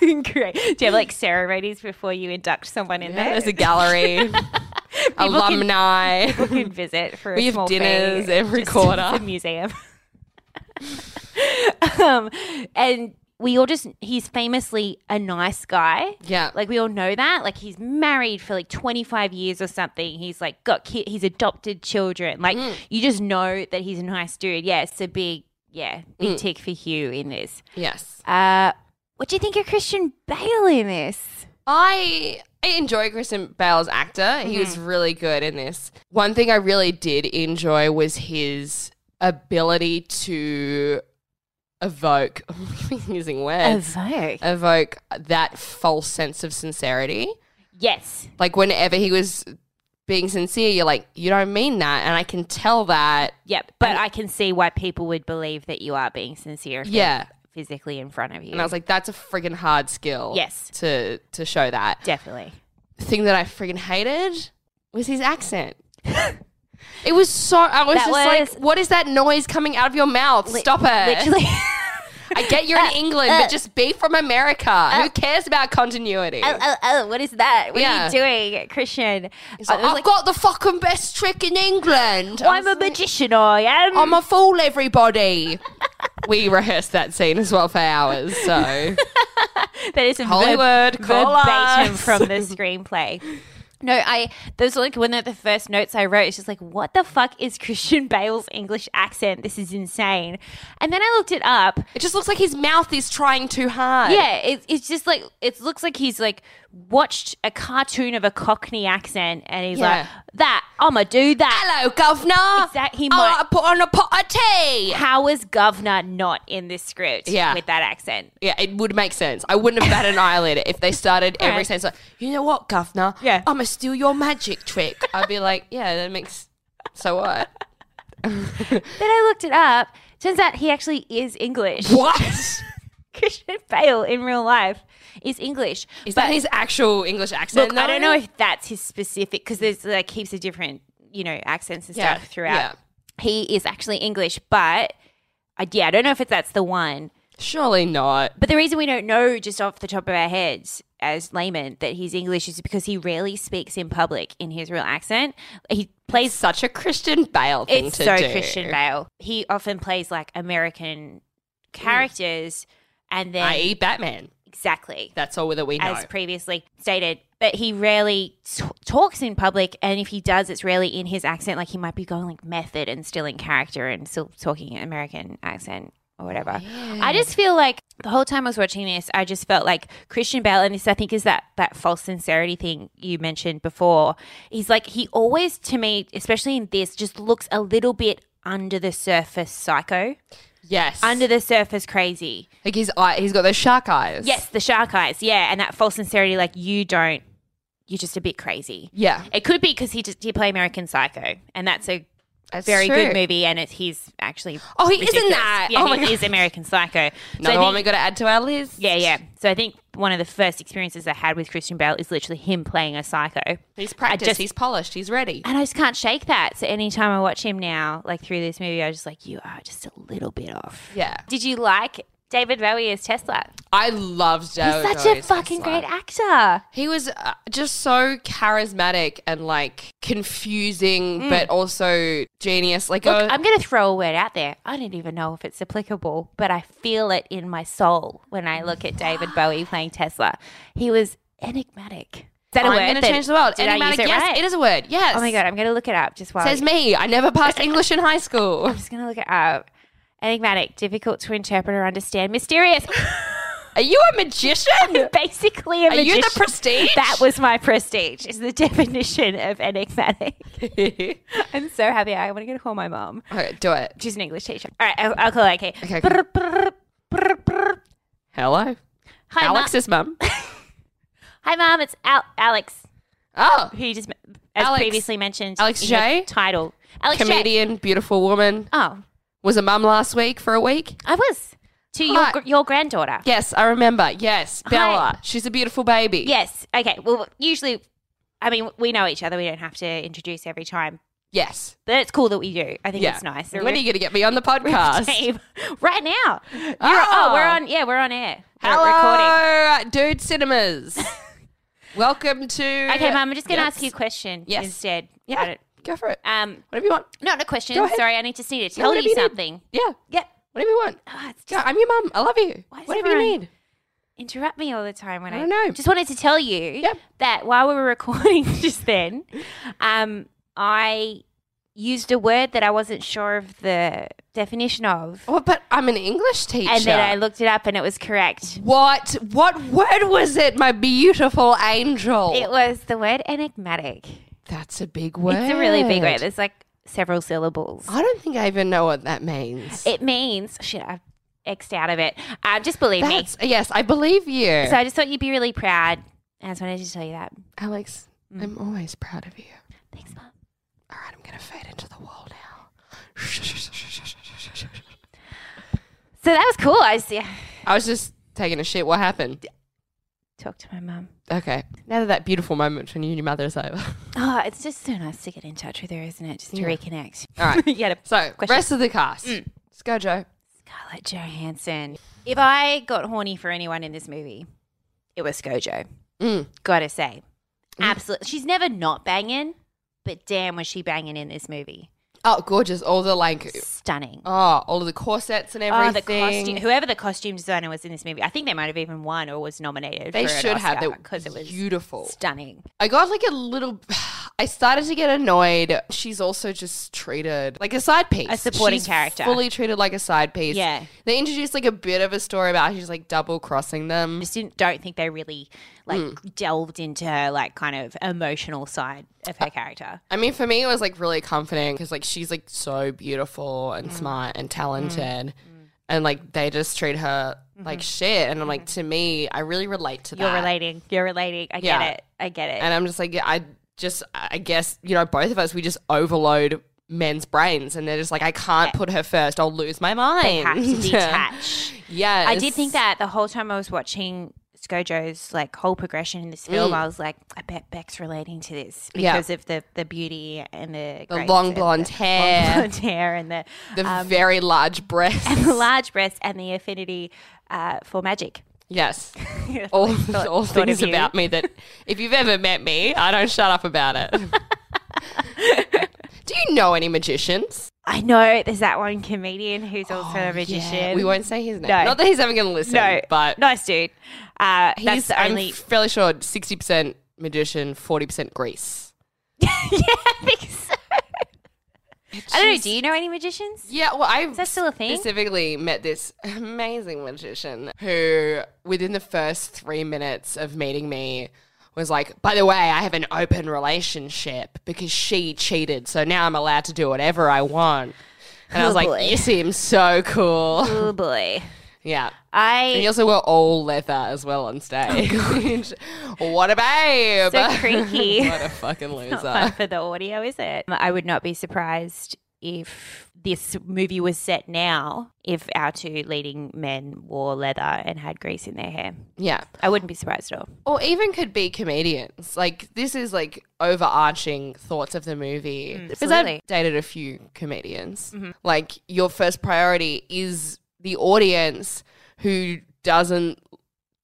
Speaker 3: Great. Do you have like ceremonies before you induct someone in there?
Speaker 1: There's a
Speaker 3: *laughs*
Speaker 1: gallery, alumni.
Speaker 3: you
Speaker 1: *laughs*
Speaker 3: can visit for a
Speaker 1: We have
Speaker 3: small fee,
Speaker 1: dinners every
Speaker 3: just-
Speaker 1: quarter.
Speaker 3: It's a museum. *laughs* um, and we all just, he's famously a nice guy.
Speaker 1: yeah.
Speaker 3: Like we all know that. Like he's married for like 25 years or something. He's like got ki- he's adopted children. Like
Speaker 1: Mm.
Speaker 3: you just know that he's a nice dude. Yeah, it's a big yeah, big
Speaker 1: Mm.
Speaker 3: tick for Hugh in this.
Speaker 1: yes.
Speaker 3: Uh what do you think of Christian Bale in this?
Speaker 1: I I enjoy Kristen Bale's actor. He was really good in this. One thing I really did enjoy was his ability to evoke *laughs* using words.
Speaker 3: Evoke.
Speaker 1: evoke that false sense of sincerity.
Speaker 3: Yes.
Speaker 1: Like whenever he was being sincere, you're like, you don't mean that. And I can tell that.
Speaker 3: Yep. But I can see why people would believe that you are being sincere if they're
Speaker 1: Yeah.
Speaker 3: physically in front of you.
Speaker 1: And I was like, that's a friggin' hard skill.
Speaker 3: Yes.
Speaker 1: To to show that.
Speaker 3: *laughs* Definitely.
Speaker 1: thing that I friggin' hated was his accent. it was so. I was
Speaker 3: That
Speaker 1: just
Speaker 3: was-
Speaker 1: like, what is that noise coming out of your mouth? Stop it.
Speaker 3: Literally. *laughs*
Speaker 1: I get you're in England, but just be from America.
Speaker 3: Uh,
Speaker 1: Who cares about continuity?
Speaker 3: oh, oh, oh, what is that? What
Speaker 1: Yeah.
Speaker 3: are you doing, Christian?
Speaker 1: He's
Speaker 3: I
Speaker 1: like,
Speaker 3: was
Speaker 1: I've
Speaker 3: like,
Speaker 1: got the fucking best trick in England. I
Speaker 3: Oh, I'm
Speaker 1: was
Speaker 3: a magician, I am.
Speaker 1: like, I'm a fool, everybody. we rehearsed that scene as well for hours,
Speaker 3: *laughs*
Speaker 1: so
Speaker 3: That is a
Speaker 1: Hollywood, call
Speaker 3: verbatim
Speaker 1: us.
Speaker 3: from the screenplay. *laughs* No, I those were like one of the first notes I wrote. It's just like, what the fuck is Christian Bale's English accent? This is insane. And then I looked it up.
Speaker 1: it just looks like his mouth is trying too hard.
Speaker 3: Yeah, it, it's just like it looks like he's like watched a cartoon of a Cockney accent, and he's
Speaker 1: Yeah.
Speaker 3: like, "That I'ma do that."
Speaker 1: Hello, governor.
Speaker 3: Exact- he
Speaker 1: I
Speaker 3: might-
Speaker 1: wanna put on a pot of tea.
Speaker 3: How was Governor not in this script?
Speaker 1: Yeah.
Speaker 3: with that accent.
Speaker 1: Yeah, it would make sense. I wouldn't have batted
Speaker 3: *laughs*
Speaker 1: an eyelid if they started every
Speaker 3: Right.
Speaker 1: sentence like, you know what, governor?
Speaker 3: Yeah.
Speaker 1: I'm going to steal your magic trick. I'd be like, yeah, that makes. So what?
Speaker 3: *laughs* Then I looked it up. Turns out he actually is English.
Speaker 1: What?
Speaker 3: *laughs* Christian Bale in real life is English.
Speaker 1: Is
Speaker 3: but
Speaker 1: that his actual English accent?
Speaker 3: look, I don't
Speaker 1: though?
Speaker 3: know if that's his specific because there's like heaps of different you know accents and
Speaker 1: Yeah,
Speaker 3: stuff throughout.
Speaker 1: yeah.
Speaker 3: He is actually English, but I, yeah, I don't know if it's, that's the one.
Speaker 1: Surely not.
Speaker 3: But the reason we don't know just off the top of our heads as laymen that he's English is because he rarely speaks in public in his real accent. He plays
Speaker 1: Such a Christian Bale thing
Speaker 3: it's
Speaker 1: to
Speaker 3: so
Speaker 1: do.
Speaker 3: Christian Bale. He often plays like American
Speaker 1: Hmm.
Speaker 3: characters, and then
Speaker 1: I.e., Batman.
Speaker 3: exactly
Speaker 1: That's all that we know.
Speaker 3: as previously stated. But he rarely t- talks in public, and if he does, it's rarely in his accent. Like he might be going like method and still in character and still talking American accent or whatever. I just feel like the whole time I was watching this, I just felt like Christian Bale, and this I think is that that false sincerity thing you mentioned before. He's like he always to me, especially in this, just looks a little bit under the surface psycho,
Speaker 1: yes.
Speaker 3: under the surface crazy.
Speaker 1: like his eye, he's got those shark eyes.
Speaker 3: Yes, the shark eyes. Yeah, and that false sincerity, like you don't, you're just a bit crazy.
Speaker 1: Yeah.
Speaker 3: It could be because he just he play American Psycho, and that's a
Speaker 1: That's
Speaker 3: very
Speaker 1: true.
Speaker 3: good movie, and it's he's actually
Speaker 1: Oh, he isn't
Speaker 3: ridiculous.
Speaker 1: that.
Speaker 3: Yeah,
Speaker 1: oh my
Speaker 3: he
Speaker 1: God.
Speaker 3: is American Psycho. So
Speaker 1: Another
Speaker 3: I
Speaker 1: one we
Speaker 3: think-
Speaker 1: got to add to our list.
Speaker 3: yeah, yeah. So I think one of the first experiences I had with Christian Bale is literally him playing a psycho,
Speaker 1: He's practiced.
Speaker 3: just-
Speaker 1: he's polished. He's
Speaker 3: *laughs*
Speaker 1: ready.
Speaker 3: and I just can't shake that. So anytime I watch him now, like through this movie, I was just like, you are just a little bit off.
Speaker 1: Yeah.
Speaker 3: Did you like David Bowie as Tesla?
Speaker 1: I loved Joe.
Speaker 3: He's such a fucking great actor.
Speaker 1: He was uh, just so charismatic and like confusing, but also genius. Like,
Speaker 3: Mm.
Speaker 1: uh,
Speaker 3: Look,
Speaker 1: a,
Speaker 3: I'm going to throw a word out there. I don't even know if it's applicable, but I feel it in my soul when I look at David Bowie playing Tesla. He was enigmatic. that a
Speaker 1: I'm
Speaker 3: word?
Speaker 1: going to
Speaker 3: that-
Speaker 1: change the world.
Speaker 3: Did I
Speaker 1: Enigmatic,
Speaker 3: use it
Speaker 1: yes,
Speaker 3: right?
Speaker 1: it is a word. Yes.
Speaker 3: Oh my god, I'm going to look it up just while
Speaker 1: Says
Speaker 3: you-
Speaker 1: me. I never
Speaker 3: *laughs*
Speaker 1: passed English in high school.
Speaker 3: I'm just going to look it up. Enigmatic, difficult to interpret or understand, *laughs* mysterious.
Speaker 1: Are you a
Speaker 3: *laughs*
Speaker 1: magician? *laughs*
Speaker 3: Basically, a
Speaker 1: Are you the
Speaker 3: magician.
Speaker 1: prestige?
Speaker 3: That was my prestige. Is the definition of enigmatic. *laughs* I'm so happy. I want to go call my mom.
Speaker 1: okay, do it.
Speaker 3: She's an English teacher. All right, I'll, I'll call her. Okay.
Speaker 1: Okay,
Speaker 3: Brr, brr, brr, brr.
Speaker 1: Hello.
Speaker 3: Hi, Alex.
Speaker 1: Alex's mum.
Speaker 3: Hi, mom. It's Al- Alex.
Speaker 1: Oh,
Speaker 3: who you just as
Speaker 1: Alex-
Speaker 3: previously mentioned,
Speaker 1: Alex
Speaker 3: in your
Speaker 1: J?
Speaker 3: title, Alex J.
Speaker 1: comedian, beautiful woman.
Speaker 3: Oh,
Speaker 1: Was a mum last week for a week.
Speaker 3: I was to your
Speaker 1: Hi.
Speaker 3: your your granddaughter.
Speaker 1: Yes, I remember. Yes, Bella. She's a beautiful baby.
Speaker 3: Yes. Okay. Well, usually, I mean, we know each other. We don't have to introduce every time,
Speaker 1: Yes.
Speaker 3: but it's cool that we do. I think
Speaker 1: Yeah.
Speaker 3: it's nice.
Speaker 1: When are you going to get me
Speaker 3: *laughs*
Speaker 1: on the podcast?
Speaker 3: Team. right now. You're, oh.
Speaker 1: Oh.
Speaker 3: we're on. Yeah, we're on air. We're
Speaker 1: Hello,
Speaker 3: recording.
Speaker 1: dude
Speaker 3: *laughs*
Speaker 1: cinemas. Welcome to.
Speaker 3: Okay, Mum. I'm just going to
Speaker 1: Yes.
Speaker 3: ask you a question
Speaker 1: Yes.
Speaker 3: instead. I
Speaker 1: Yeah,
Speaker 3: don't-
Speaker 1: go for it.
Speaker 3: Um,
Speaker 1: Whatever you want.
Speaker 3: not a question.
Speaker 1: Go ahead.
Speaker 3: Sorry, I need to need to tell
Speaker 1: whatever
Speaker 3: you
Speaker 1: you need.
Speaker 3: something.
Speaker 1: Yeah,
Speaker 3: Yep.
Speaker 1: whatever you
Speaker 3: *gasps*
Speaker 1: want.
Speaker 3: Oh, it's
Speaker 1: Yeah,
Speaker 3: just
Speaker 1: I'm your mum. I love you.
Speaker 3: Why is
Speaker 1: Whatever you
Speaker 3: everyone-
Speaker 1: need.
Speaker 3: interrupt me all the time when
Speaker 1: I
Speaker 3: I,
Speaker 1: don't know.
Speaker 3: Just wanted to tell you
Speaker 1: Yep.
Speaker 3: that while we were *laughs* recording just then, um, I used a word that I wasn't sure of the definition of,
Speaker 1: Oh, but I'm an English Oh, teacher.
Speaker 3: and then I looked it up and it was correct.
Speaker 1: What? What word was it, my beautiful angel?
Speaker 3: It was the word enigmatic.
Speaker 1: That's a big word. Oh.
Speaker 3: It's a really big word. There's like several syllables.
Speaker 1: I don't think I even know what that means.
Speaker 3: It means shit. I've xed out of it. Uh, just believe me.
Speaker 1: That's, yes, I believe you.
Speaker 3: So I just thought you'd be really proud. and I just wanted to tell you that.
Speaker 1: Alex,
Speaker 3: Mm.
Speaker 1: I'm always proud of you.
Speaker 3: Thanks, mom.
Speaker 1: All right, I'm going to fade into the wall now.
Speaker 3: So that was cool. I just, yeah,
Speaker 1: I was just taking a shit. What happened?
Speaker 3: talked to my mum.
Speaker 1: Okay. Now that that beautiful moment when you and your mother is over. *laughs*
Speaker 3: Oh, it's just so nice to get in touch with her, isn't it? Just to reconnect.
Speaker 1: *laughs* All
Speaker 3: *laughs*
Speaker 1: right.
Speaker 3: you had a
Speaker 1: So, rest of the cast.
Speaker 3: Mm.
Speaker 1: Let's go, Joe.
Speaker 3: Scarlett Johansson. If I got horny for anyone in this movie, it was Skojo.
Speaker 1: Mm.
Speaker 3: Gotta say.
Speaker 1: Mm-hmm.
Speaker 3: Absolutely. She's never not banging, but damn was she banging in this movie.
Speaker 1: Oh, gorgeous. All the like,
Speaker 3: Stunning.
Speaker 1: oh, all of the corsets and everything.
Speaker 3: Oh, the costume. Whoever the costume designer was in this movie, I think they might have even won or was nominated.
Speaker 1: They
Speaker 3: for an
Speaker 1: should have.
Speaker 3: Oscar
Speaker 1: They
Speaker 3: because it was
Speaker 1: beautiful.
Speaker 3: stunning.
Speaker 1: I got like a little. *sighs* I started to get annoyed. She's also just treated like a side piece,
Speaker 3: A supporting
Speaker 1: She's
Speaker 3: character.
Speaker 1: fully treated like a side piece.
Speaker 3: Yeah.
Speaker 1: they introduced like a bit of a story about how she's like double crossing them.
Speaker 3: Just didn't, don't think they really like
Speaker 1: Mm.
Speaker 3: delved into her like kind of emotional side of
Speaker 1: Uh,
Speaker 3: her character.
Speaker 1: I mean, for me, it was like really comforting because like she's like so beautiful
Speaker 3: Mm.
Speaker 1: and smart and talented, and like they just treat her like shit. And I'm like, to me, I really relate to
Speaker 3: Mm-hmm. You're
Speaker 1: that.
Speaker 3: relating. You're relating. I
Speaker 1: Yeah.
Speaker 3: get it. I get it.
Speaker 1: and I'm just like, yeah, I just, I guess, you know, both of us, we just overload men's brains, and they're just like, I can't put her first. I'll lose my mind.
Speaker 3: they
Speaker 1: *laughs*
Speaker 3: have to detach.
Speaker 1: yeah,
Speaker 3: I did think that the whole time I was watching Skojo's like whole progression in this film, I was like, I bet Beck's relating to this
Speaker 1: Mm. Yeah.
Speaker 3: because of the the beauty and the
Speaker 1: the
Speaker 3: grace
Speaker 1: long
Speaker 3: *laughs* and
Speaker 1: blonde
Speaker 3: long
Speaker 1: hair,
Speaker 3: blonde um, hair, and the *laughs*
Speaker 1: the very large breasts.
Speaker 3: and the large breasts and the affinity uh, for magic. *laughs*
Speaker 1: yes, all, *laughs*
Speaker 3: Thought-
Speaker 1: all
Speaker 3: thought of
Speaker 1: things
Speaker 3: you.
Speaker 1: about me that if you've ever met me, I don't shut up about it.
Speaker 3: *laughs*
Speaker 1: Do you know any magicians?
Speaker 3: I know there's that one comedian who's also a magician.
Speaker 1: Oh, Yeah, we won't say his name.
Speaker 3: No.
Speaker 1: Not that he's ever going to listen,
Speaker 3: No,
Speaker 1: but
Speaker 3: nice dude. Uh, that's
Speaker 1: he's,
Speaker 3: the only.
Speaker 1: I'm fairly sure, 60% magician, 40% Greece.
Speaker 3: *laughs* yeah, I think so. I don't know. Do you know any magicians?
Speaker 1: Yeah, well, I
Speaker 3: that still a thing?
Speaker 1: specifically met this *laughs* amazing magician who, within the first three minutes of meeting me, was like, "By the way, I have an open relationship because she cheated, so now I'm allowed to do whatever I want." And I was like,
Speaker 3: Oh, boy.
Speaker 1: "You seem so cool." *laughs*
Speaker 3: Oh boy,
Speaker 1: yeah. And he
Speaker 3: I
Speaker 1: also wore all leather as well on stage. *laughs* what a babe!
Speaker 3: Oh, so
Speaker 1: *laughs*
Speaker 3: creaky.
Speaker 1: what a fucking loser.
Speaker 3: Not fun for the audio, is it? Um, I would not be surprised if this movie was set now, if our two leading men wore leather and had grease in their hair.
Speaker 1: Yeah.
Speaker 3: I wouldn't be surprised at all.
Speaker 1: or even could be comedians. Like this is like overarching thoughts of the movie. Because
Speaker 3: Mm, absolutely. Mm-hmm.
Speaker 1: I've dated a few comedians. Like your first priority is the audience who doesn't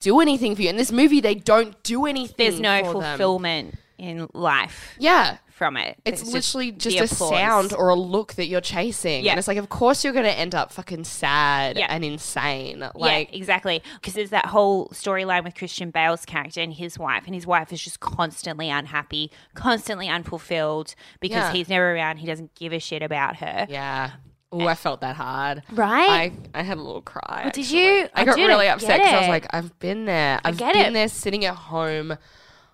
Speaker 1: do anything Hmm, for you. In this movie, they don't do anything.
Speaker 3: There's no
Speaker 1: for them.
Speaker 3: fulfillment in life
Speaker 1: Yeah.
Speaker 3: from it.
Speaker 1: It's, literally just,
Speaker 3: the
Speaker 1: a
Speaker 3: applause.
Speaker 1: sound or a look that you're chasing.
Speaker 3: Yeah.
Speaker 1: And it's like, of course you're going to end up fucking sad
Speaker 3: Yeah.
Speaker 1: and insane.
Speaker 3: yeah,
Speaker 1: Like,
Speaker 3: exactly. Because there's that whole storyline with Christian Bale's character and his wife, and his wife is just constantly unhappy, constantly unfulfilled because
Speaker 1: Yeah.
Speaker 3: he's never around. He doesn't give a shit about her.
Speaker 1: yeah. Oh, I felt that hard.
Speaker 3: Right?
Speaker 1: I, I had a little cry.
Speaker 3: did
Speaker 1: actually.
Speaker 3: you?
Speaker 1: I
Speaker 3: I
Speaker 1: got
Speaker 3: did, I
Speaker 1: really
Speaker 3: get
Speaker 1: upset because I was
Speaker 3: it.
Speaker 1: like, I've been there. I've
Speaker 3: get
Speaker 1: been
Speaker 3: it.
Speaker 1: there sitting at home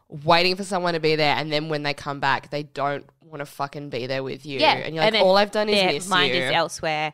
Speaker 1: waiting for someone to be there. And then when they come back, they don't want to fucking be there with you. And you're like,
Speaker 3: then
Speaker 1: all I've done is
Speaker 3: their
Speaker 1: miss
Speaker 3: mind
Speaker 1: you.
Speaker 3: is elsewhere.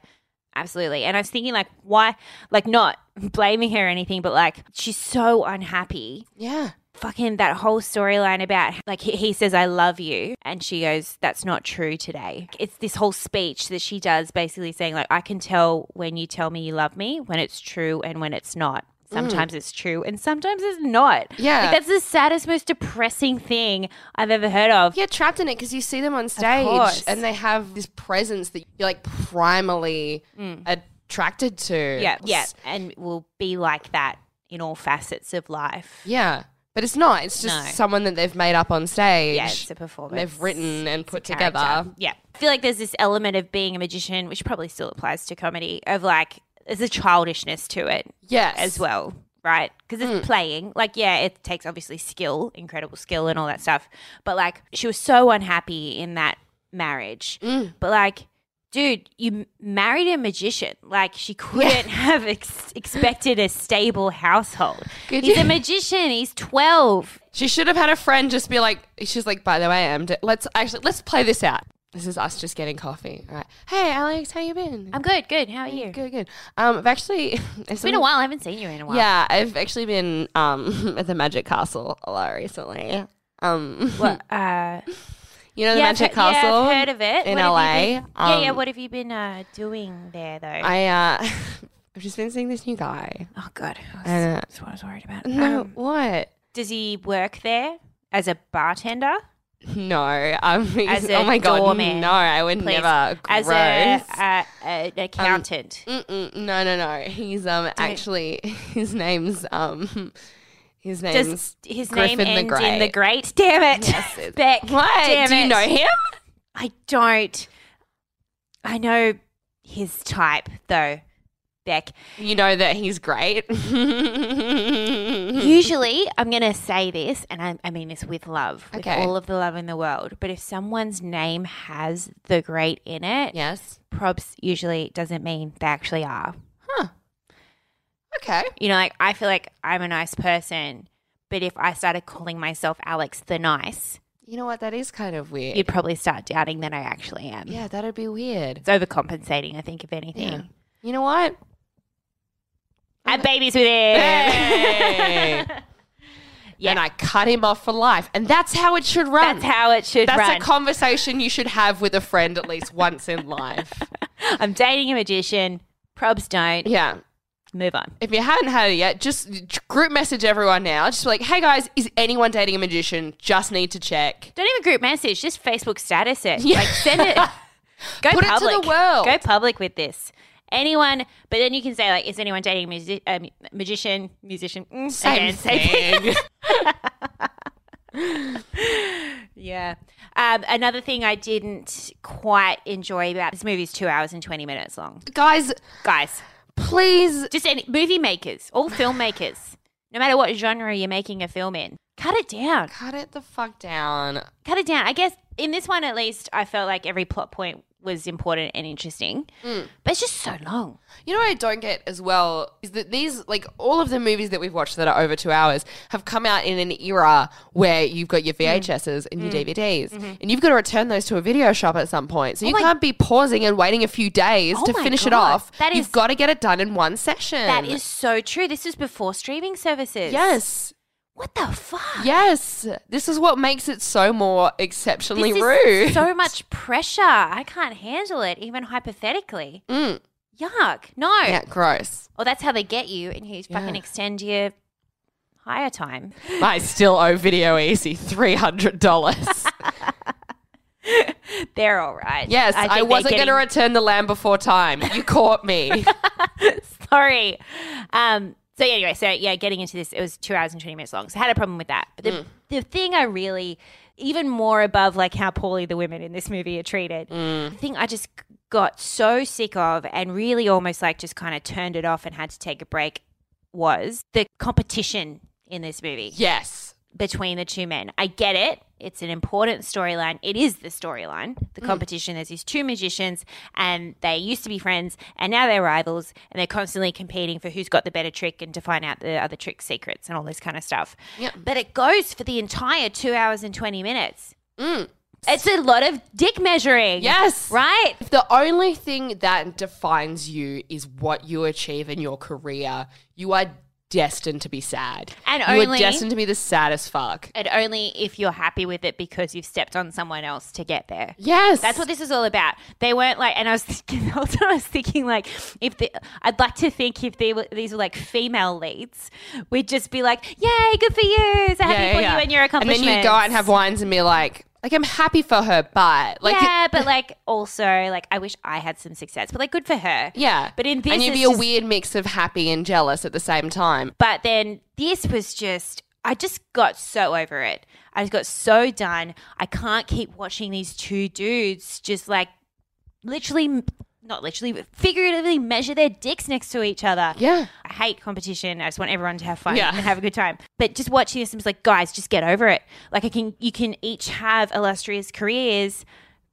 Speaker 3: Absolutely. And I was thinking, like, why, like, not *laughs* blaming her or anything, but like, she's so unhappy.
Speaker 1: yeah.
Speaker 3: Fucking that whole storyline about, like, he, he says, I love you. And she goes, That's not true today. It's this whole speech that she does basically saying, like, I can tell when you tell me you love me, when it's true and when it's not. Sometimes it's true and sometimes it's not.
Speaker 1: Mm. Yeah.
Speaker 3: Like, that's the saddest, most depressing thing I've ever heard of.
Speaker 1: Yeah, trapped in it because you see them on stage
Speaker 3: course.
Speaker 1: and they have this presence that you're like primally attracted to.
Speaker 3: Mm. Yeah, yeah, and will be like that in all facets of life.
Speaker 1: Yeah. But it's not. It's just
Speaker 3: No.
Speaker 1: someone that they've made up on stage.
Speaker 3: Yeah, it's a performance.
Speaker 1: They've written and put
Speaker 3: character.
Speaker 1: together.
Speaker 3: Yeah, I feel like there's this element of being a magician, which probably still applies to comedy, of like there's a childishness to it
Speaker 1: Yes. Mm.
Speaker 3: as well, right? Because it's playing. Like, yeah, it takes obviously skill, incredible skill, and all that stuff. But like, she was so unhappy in that marriage.
Speaker 1: Mm.
Speaker 3: But like. Dude, you m- married a magician. Like she couldn't *laughs* have ex- expected a stable household.
Speaker 1: Could
Speaker 3: He's
Speaker 1: you-
Speaker 3: a magician. He's twelve.
Speaker 1: She should have had a friend just be like, she's like, by the way, I'm. d let's actually let's play this out. This is us just getting coffee. All right. Hey, Alex, how you been?
Speaker 3: I'm good. Good. How are you?
Speaker 1: good, good. Um, I've actually. *laughs*
Speaker 3: It's been a while. I haven't seen you in a while.
Speaker 1: Yeah, I've actually been um *laughs* at the Magic Castle a lot recently. Um, *laughs*
Speaker 3: Well, uh,
Speaker 1: you know the
Speaker 3: yeah, I've
Speaker 1: Magic
Speaker 3: he- yeah, I've
Speaker 1: Castle
Speaker 3: heard of it.
Speaker 1: in
Speaker 3: What
Speaker 1: LA.
Speaker 3: have you been- yeah, yeah.
Speaker 1: Um,
Speaker 3: What have you been uh, doing there, though?
Speaker 1: I uh, *laughs* I've just been seeing this new guy.
Speaker 3: oh God,
Speaker 1: I know.
Speaker 3: that's what I was worried about.
Speaker 1: No,
Speaker 3: Um,
Speaker 1: what?
Speaker 3: does he work there as a bartender?
Speaker 1: No, um, *laughs*
Speaker 3: As a
Speaker 1: oh my god,
Speaker 3: doorman,
Speaker 1: no, I would
Speaker 3: Please,
Speaker 1: never.
Speaker 3: as a,
Speaker 1: Gross. Um,
Speaker 3: uh, an accountant.
Speaker 1: Mm-mm, no, no, no. He's um actually *laughs* his name's um his name's
Speaker 3: does his
Speaker 1: Griffin the
Speaker 3: name end in the
Speaker 1: Great.
Speaker 3: great? Damn it, *laughs*
Speaker 1: Yes, it-
Speaker 3: Beck.
Speaker 1: what?
Speaker 3: Damn
Speaker 1: Do you
Speaker 3: it.
Speaker 1: know him?
Speaker 3: I don't. I know his type though, Beck.
Speaker 1: You know that he's great. *laughs* yeah,
Speaker 3: Usually, I'm going to say this, and I, I mean this with love, with
Speaker 1: Okay.
Speaker 3: all of the love in the world. But if someone's name has the great in it,
Speaker 1: Yes.
Speaker 3: props usually doesn't mean they actually are.
Speaker 1: Okay.
Speaker 3: You know, like I feel like I'm a nice person, but if I started calling myself Alex the Nice,
Speaker 1: You know what? That is kind of weird.
Speaker 3: you'd probably start doubting that I actually am.
Speaker 1: yeah, that'd be weird.
Speaker 3: It's overcompensating, I think, if anything.
Speaker 1: Yeah. You know what?
Speaker 3: I had babies with
Speaker 1: *laughs*
Speaker 3: him.
Speaker 1: Hey.
Speaker 3: Yeah.
Speaker 1: And I cut him off for life, and that's how it should run.
Speaker 3: That's how it should
Speaker 1: That's
Speaker 3: run.
Speaker 1: a conversation you should have with a friend at least once in life.
Speaker 3: *laughs* I'm dating a magician. Probs
Speaker 1: *laughs*
Speaker 3: don't.
Speaker 1: Yeah.
Speaker 3: Move on.
Speaker 1: If you hadn't had it yet, just group message everyone now. Just be like, hey guys, is anyone dating a magician? Just need to check.
Speaker 3: Don't even group message, just Facebook status it.
Speaker 1: Yeah.
Speaker 3: Like
Speaker 1: *laughs*
Speaker 3: send it. Go
Speaker 1: Put it to the
Speaker 3: public.
Speaker 1: world.
Speaker 3: Go public with this. Anyone, but then you can say like, is anyone dating a musi- uh, mu- magician, musician? Mm, again,
Speaker 1: thing.
Speaker 3: *laughs* Yeah. Um, another thing I didn't quite enjoy about this movie is two hours and twenty minutes long.
Speaker 1: guys,
Speaker 3: Guys,
Speaker 1: please.
Speaker 3: just any movie makers, all filmmakers, no matter what genre you're making a film in, cut it down.
Speaker 1: Cut it the fuck down.
Speaker 3: cut it down. I guess in this one at least, I felt like every plot point was important and interesting,
Speaker 1: Mm.
Speaker 3: but it's just so long.
Speaker 1: You know what I don't get as well is that these, like all of the movies that we've watched that are over two hours, have come out in an era where you've got
Speaker 3: Mm.
Speaker 1: your VHSs and your DVDs,
Speaker 3: Mm-hmm.
Speaker 1: and you've got to return those to a video shop at some point. So you
Speaker 3: my-
Speaker 1: can't be pausing and waiting a few days
Speaker 3: Oh
Speaker 1: to
Speaker 3: my
Speaker 1: finish it
Speaker 3: God.
Speaker 1: off.
Speaker 3: That
Speaker 1: you've
Speaker 3: is-
Speaker 1: got to get it done in one session.
Speaker 3: That is so true. This is before streaming services.
Speaker 1: yes.
Speaker 3: What the fuck?
Speaker 1: Yes, this is what makes it so more
Speaker 3: This
Speaker 1: exceptionally
Speaker 3: is
Speaker 1: rude. *laughs*
Speaker 3: so much pressure. I can't handle it, even hypothetically.
Speaker 1: Mm.
Speaker 3: Yuck. No.
Speaker 1: yeah, gross.
Speaker 3: Or that's how they get you, and you fucking
Speaker 1: Yeah.
Speaker 3: extend your higher time.
Speaker 1: I still owe Video Easy three hundred dollars.
Speaker 3: They're all
Speaker 1: *laughs*
Speaker 3: right.
Speaker 1: yes,
Speaker 3: think
Speaker 1: I,
Speaker 3: they're
Speaker 1: wasn't going
Speaker 3: getting-
Speaker 1: to return the lamb before time. You caught *laughs* me.
Speaker 3: Sorry. Um, so anyway, so yeah, getting into this, it was two hours and twenty minutes long. So I had a problem with that. But the, the thing I really even more above like how poorly the women in this movie are treated. The thing I just got so sick of and really almost like just kind of turned it off and had to take a break was the competition in this movie
Speaker 1: Yes.
Speaker 3: between the two men. I get it. It's an important storyline. It is the storyline, the competition. There's these two magicians, and they used to be friends, and now they're rivals, and they're constantly competing for who's got the better trick and to find out the other trick secrets and all this kind of stuff. But it goes for the entire two hours and 20 minutes. It's a lot of dick measuring.
Speaker 1: Yes.
Speaker 3: Right?
Speaker 1: If the only thing that defines you is what you achieve in your career, you are destined to be sad.
Speaker 3: And
Speaker 1: you
Speaker 3: only-
Speaker 1: are destined to be the saddest fuck.
Speaker 3: And only if you're happy with it because you've stepped on someone else to get there.
Speaker 1: Yes.
Speaker 3: That's what this is all about. They weren't like, and I was *laughs* thinking the whole time. I was thinking like, if the, I'd like to think if they were these were like female leads, we'd just be like, "Yay, good for you! So happy for you and your
Speaker 1: And then
Speaker 3: accomplishments."
Speaker 1: you go out and have wines and be like, like I'm happy for her, but like
Speaker 3: yeah, but like also like I wish I had some success, but like good for her.
Speaker 1: Yeah.
Speaker 3: but in this
Speaker 1: and you'd
Speaker 3: it's
Speaker 1: be a
Speaker 3: just-
Speaker 1: weird mix of happy and jealous at the same time.
Speaker 3: But then this was just, I just got so over it. I got so done. I can't keep watching these two dudes just like literally, not literally, but figuratively measure their dicks next to each other.
Speaker 1: Yeah.
Speaker 3: I hate competition. I just want everyone to have fun
Speaker 1: Yeah.
Speaker 3: and have a good time. But just watching this, I'm just like, guys, just get over it. Like, I can, you can each have illustrious careers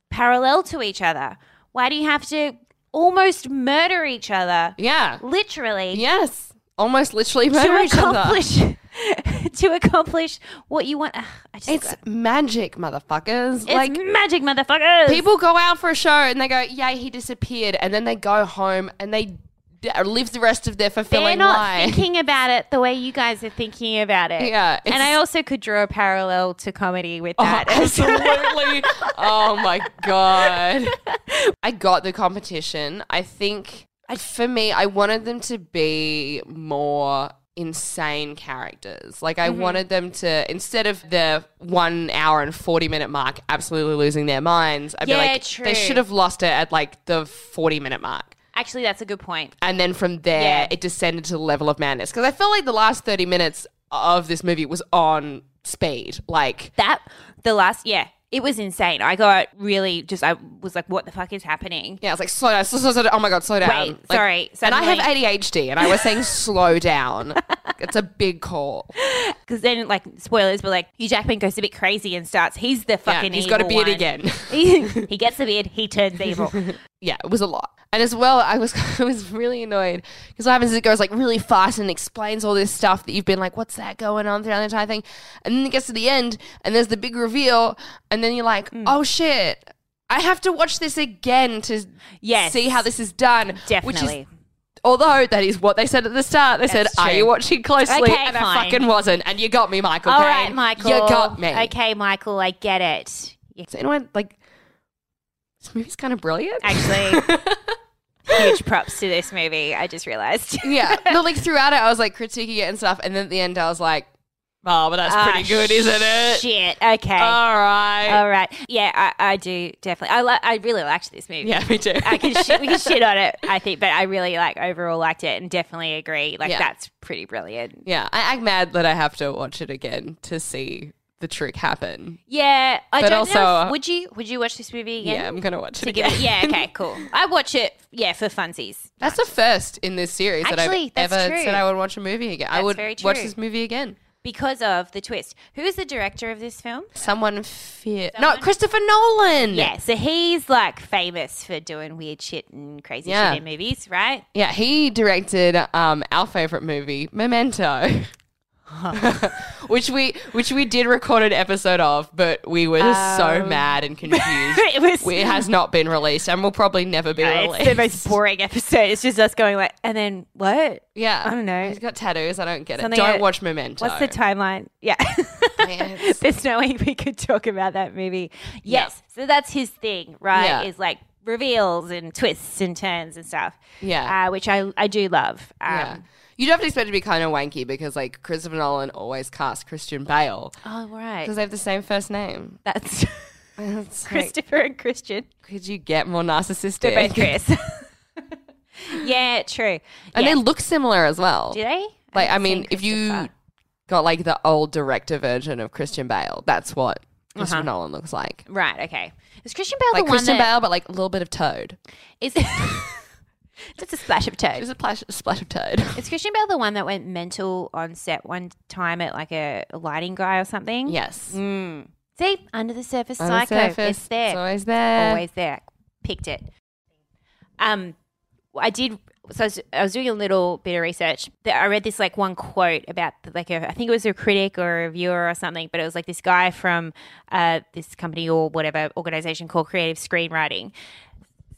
Speaker 3: parallel to each other. Why do you have to almost murder each other?
Speaker 1: Yeah.
Speaker 3: Literally
Speaker 1: Yes. Almost literally murder
Speaker 3: to
Speaker 1: each other.
Speaker 3: accomplish
Speaker 1: *laughs*
Speaker 3: to accomplish *laughs* what you want. Ugh, I just
Speaker 1: It's magic, motherfuckers.
Speaker 3: it's
Speaker 1: like
Speaker 3: magic, motherfuckers.
Speaker 1: people go out for a show and they go, "Yay, he disappeared," and then they go home and they d- live the rest of their
Speaker 3: they're
Speaker 1: fulfilling
Speaker 3: not
Speaker 1: life.
Speaker 3: thinking about it the way you guys are thinking about it.
Speaker 1: Yeah,
Speaker 3: and
Speaker 1: it's- Oh,
Speaker 3: I also could draw a parallel to comedy with that.
Speaker 1: *laughs* absolutely. oh my god. *laughs* I got the competition. I think I, for me, I wanted them to be more insane characters. Like I wanted them to instead of the 1 hour and 40 minute mark absolutely losing their minds, I'd
Speaker 3: Yeah,
Speaker 1: be like
Speaker 3: true.
Speaker 1: they should have lost it at like the 40 minute mark.
Speaker 3: *laughs* Actually, that's a good point.
Speaker 1: And then from there,
Speaker 3: Yeah.
Speaker 1: it descended to the level of madness. Because I felt like the last 30 minutes of this movie was on speed. Like,
Speaker 3: That the last yeah. It was insane. I got really just, I was like, what the fuck is happening?
Speaker 1: Yeah, it's like slow down. Slow, slow, slow down. Oh my god, slow down.
Speaker 3: Wait,
Speaker 1: Like-
Speaker 3: sorry,
Speaker 1: And I have
Speaker 3: suddenly-
Speaker 1: ADHD, and I was
Speaker 3: *laughs*
Speaker 1: saying slow down. It's a big call.
Speaker 3: Because then, like, spoilers, but like, Hugh Jackman goes a bit crazy and starts, he's the
Speaker 1: Yeah,
Speaker 3: fucking
Speaker 1: he's got a
Speaker 3: evil
Speaker 1: beard
Speaker 3: one.
Speaker 1: again.
Speaker 3: *laughs*
Speaker 1: *laughs*
Speaker 3: he, he gets the beard, he turns evil.
Speaker 1: yeah, it was a lot. And as well, I was *laughs* I was really annoyed because what happens is it goes like really fast and explains all this stuff that you've been like, what's that going on throughout the entire thing, and then it gets to the end and there's the big reveal, and then you're like,
Speaker 3: Hmm.
Speaker 1: oh shit, I have to watch this again to
Speaker 3: Yes.
Speaker 1: see how this is done.
Speaker 3: Definitely.
Speaker 1: Which is Although that is what they said at the start. They
Speaker 3: That's
Speaker 1: said, "Are
Speaker 3: true.
Speaker 1: you watching closely?"
Speaker 3: Okay,
Speaker 1: and I
Speaker 3: fine.
Speaker 1: fucking wasn't. And you got me, Michael.
Speaker 3: All
Speaker 1: Caine.
Speaker 3: right, Michael.
Speaker 1: You got me.
Speaker 3: Okay, Michael, I get it. Yeah,
Speaker 1: So anyone like this movie's kind of brilliant.
Speaker 3: Actually, huge props to this movie. I just realized.
Speaker 1: *laughs* *laughs*
Speaker 3: *laughs*
Speaker 1: yeah. No, like throughout it, I was like critiquing it and stuff, and then at the end, I was like, "Oh, but that's pretty
Speaker 3: Ah,
Speaker 1: good, isn't it?"
Speaker 3: Shit. Okay.
Speaker 1: All right.
Speaker 3: All right. Yeah, I, I do definitely. I li- I really liked this movie.
Speaker 1: yeah, me too.
Speaker 3: I can shit,
Speaker 1: *laughs*
Speaker 3: we can shit on it, I think, but I really like overall liked it and definitely agree. Like
Speaker 1: Yeah.
Speaker 3: that's pretty brilliant.
Speaker 1: yeah, I, I'm mad that I have to watch it again to see the trick happen.
Speaker 3: Yeah, I
Speaker 1: But
Speaker 3: don't
Speaker 1: also,
Speaker 3: know.
Speaker 1: uh,
Speaker 3: If, would you would you watch this movie
Speaker 1: Yeah,
Speaker 3: again?
Speaker 1: I'm gonna watch it
Speaker 3: To give
Speaker 1: again.
Speaker 3: it, yeah, okay, cool. I watch it, yeah, for funsies.
Speaker 1: *laughs* That's the first in this series
Speaker 3: Actually,
Speaker 1: that I've
Speaker 3: that's
Speaker 1: ever
Speaker 3: true.
Speaker 1: said I would watch a movie again. I
Speaker 3: That's
Speaker 1: would
Speaker 3: very
Speaker 1: watch
Speaker 3: true.
Speaker 1: this movie again.
Speaker 3: because of the twist. Who is the director of this film?
Speaker 1: Someone fear. No, Christopher Nolan.
Speaker 3: Yeah, so he's like famous for doing weird shit and crazy
Speaker 1: Yeah.
Speaker 3: shit in movies, right? *laughs*
Speaker 1: Yeah, he directed um, our favorite movie, Memento. *laughs* which we which we did record an episode of, but we were just so
Speaker 3: Um.
Speaker 1: mad and
Speaker 3: *laughs*
Speaker 1: confused.
Speaker 3: It was *laughs*
Speaker 1: it has not been released and will probably never be
Speaker 3: it's
Speaker 1: released.
Speaker 3: the most boring episode. It's just us going like, and then what?
Speaker 1: *laughs* yeah.
Speaker 3: I don't know.
Speaker 1: He's got tattoos, I don't get it.
Speaker 3: Something
Speaker 1: Don't
Speaker 3: that-
Speaker 1: watch Memento.
Speaker 3: What's
Speaker 1: *laughs*
Speaker 3: the timeline? Yeah. *laughs*
Speaker 1: Yes.
Speaker 3: There's no way we could talk about that movie. Yes. So that's his thing, right?
Speaker 1: Yeah.
Speaker 3: Is like reveals and twists and turns and stuff.
Speaker 1: Yeah.
Speaker 3: Uh, which I I do love. Um,
Speaker 1: yeah. You'd have to expect it to be kind of wanky because like Christopher Nolan always casts Christian Bale
Speaker 3: Oh right.
Speaker 1: because they have the same first name. *laughs*
Speaker 3: That's *laughs*
Speaker 1: It's like,
Speaker 3: Christopher and Christian.
Speaker 1: could you get more narcissistic?
Speaker 3: They're both Chris.
Speaker 1: *laughs*
Speaker 3: yeah, true.
Speaker 1: And
Speaker 3: yeah.
Speaker 1: they look similar as well.
Speaker 3: do they?
Speaker 1: Like, I
Speaker 3: haven't seen
Speaker 1: mean, if you
Speaker 3: Christopher.
Speaker 1: got like the old director version of Christian Bale, that's what Christopher Nolan looks like.
Speaker 3: Uh, Right. Okay. Is Christian Bale
Speaker 1: Like
Speaker 3: the Uh-huh. one
Speaker 1: Christian
Speaker 3: that
Speaker 1: Bale, but like a little bit of Toad.
Speaker 3: is? *laughs* Just a splash of toad.
Speaker 1: There's a splash, a splash of Toad. *laughs*
Speaker 3: Is Christian Bale the one that went mental on set one time at like a a lighting guy or something?
Speaker 1: yes.
Speaker 3: Mm. See, under the surface,
Speaker 1: On the
Speaker 3: psycho.
Speaker 1: surface,
Speaker 3: It's there.
Speaker 1: It's always there.
Speaker 3: always there. Picked it. Um, I did. So I was, I was doing a little bit of research. That I read this like one quote about like a, I think it was a critic or a reviewer or something, but it was like this guy from uh, this company or whatever organization called Creative Screenwriting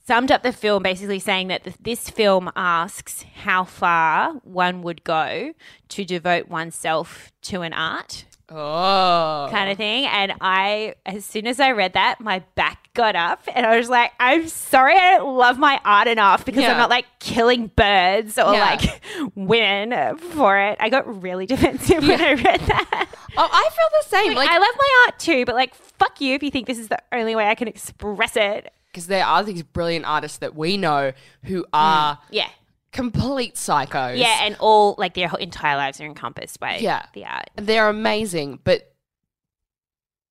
Speaker 3: summed up the film basically saying that th- this film asks how far one would go to devote oneself to an art
Speaker 1: Oh.
Speaker 3: kind of thing. And I, as soon as I read that, my back got up and I was like, I'm sorry I don't love my art enough because
Speaker 1: Yeah.
Speaker 3: I'm not like killing birds or
Speaker 1: Yeah.
Speaker 3: like *laughs* women for it. I got really *laughs* defensive when I read that.
Speaker 1: Oh, I feel the same. Like,
Speaker 3: Like, I love my art too, but like, fuck you if you think this is the only way I can express it.
Speaker 1: because there are these brilliant artists that we know who are
Speaker 3: Yeah.
Speaker 1: complete psychos.
Speaker 3: Yeah. And all like their whole entire lives are encompassed by
Speaker 1: Yeah.
Speaker 3: the art.
Speaker 1: And they're amazing, but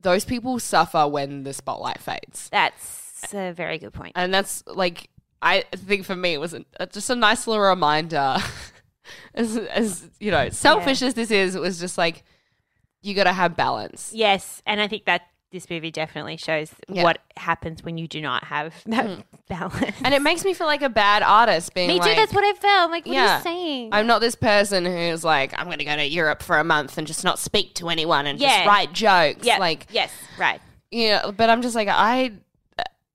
Speaker 1: those people suffer when the spotlight fades.
Speaker 3: That's a very good point.
Speaker 1: And that's like, I think for me, it was an- uh, just a nice little reminder. *laughs* as, as, you know, selfish as this is, it was just like, you got to have balance.
Speaker 3: Yes, and I think that this movie definitely shows
Speaker 1: Yeah. Hmm.
Speaker 3: what happens when you do not have *laughs* that balance.
Speaker 1: And it makes me feel like a bad artist being
Speaker 3: Me
Speaker 1: like,
Speaker 3: too. That's what I felt. I'm like, what are
Speaker 1: Yeah.
Speaker 3: you saying?
Speaker 1: I'm not this person who's like, I'm going to go to Europe for a month and just not speak to anyone and
Speaker 3: Yeah.
Speaker 1: just write jokes.
Speaker 3: yeah,
Speaker 1: Like,
Speaker 3: yes, right.
Speaker 1: yeah, but I'm just like, I,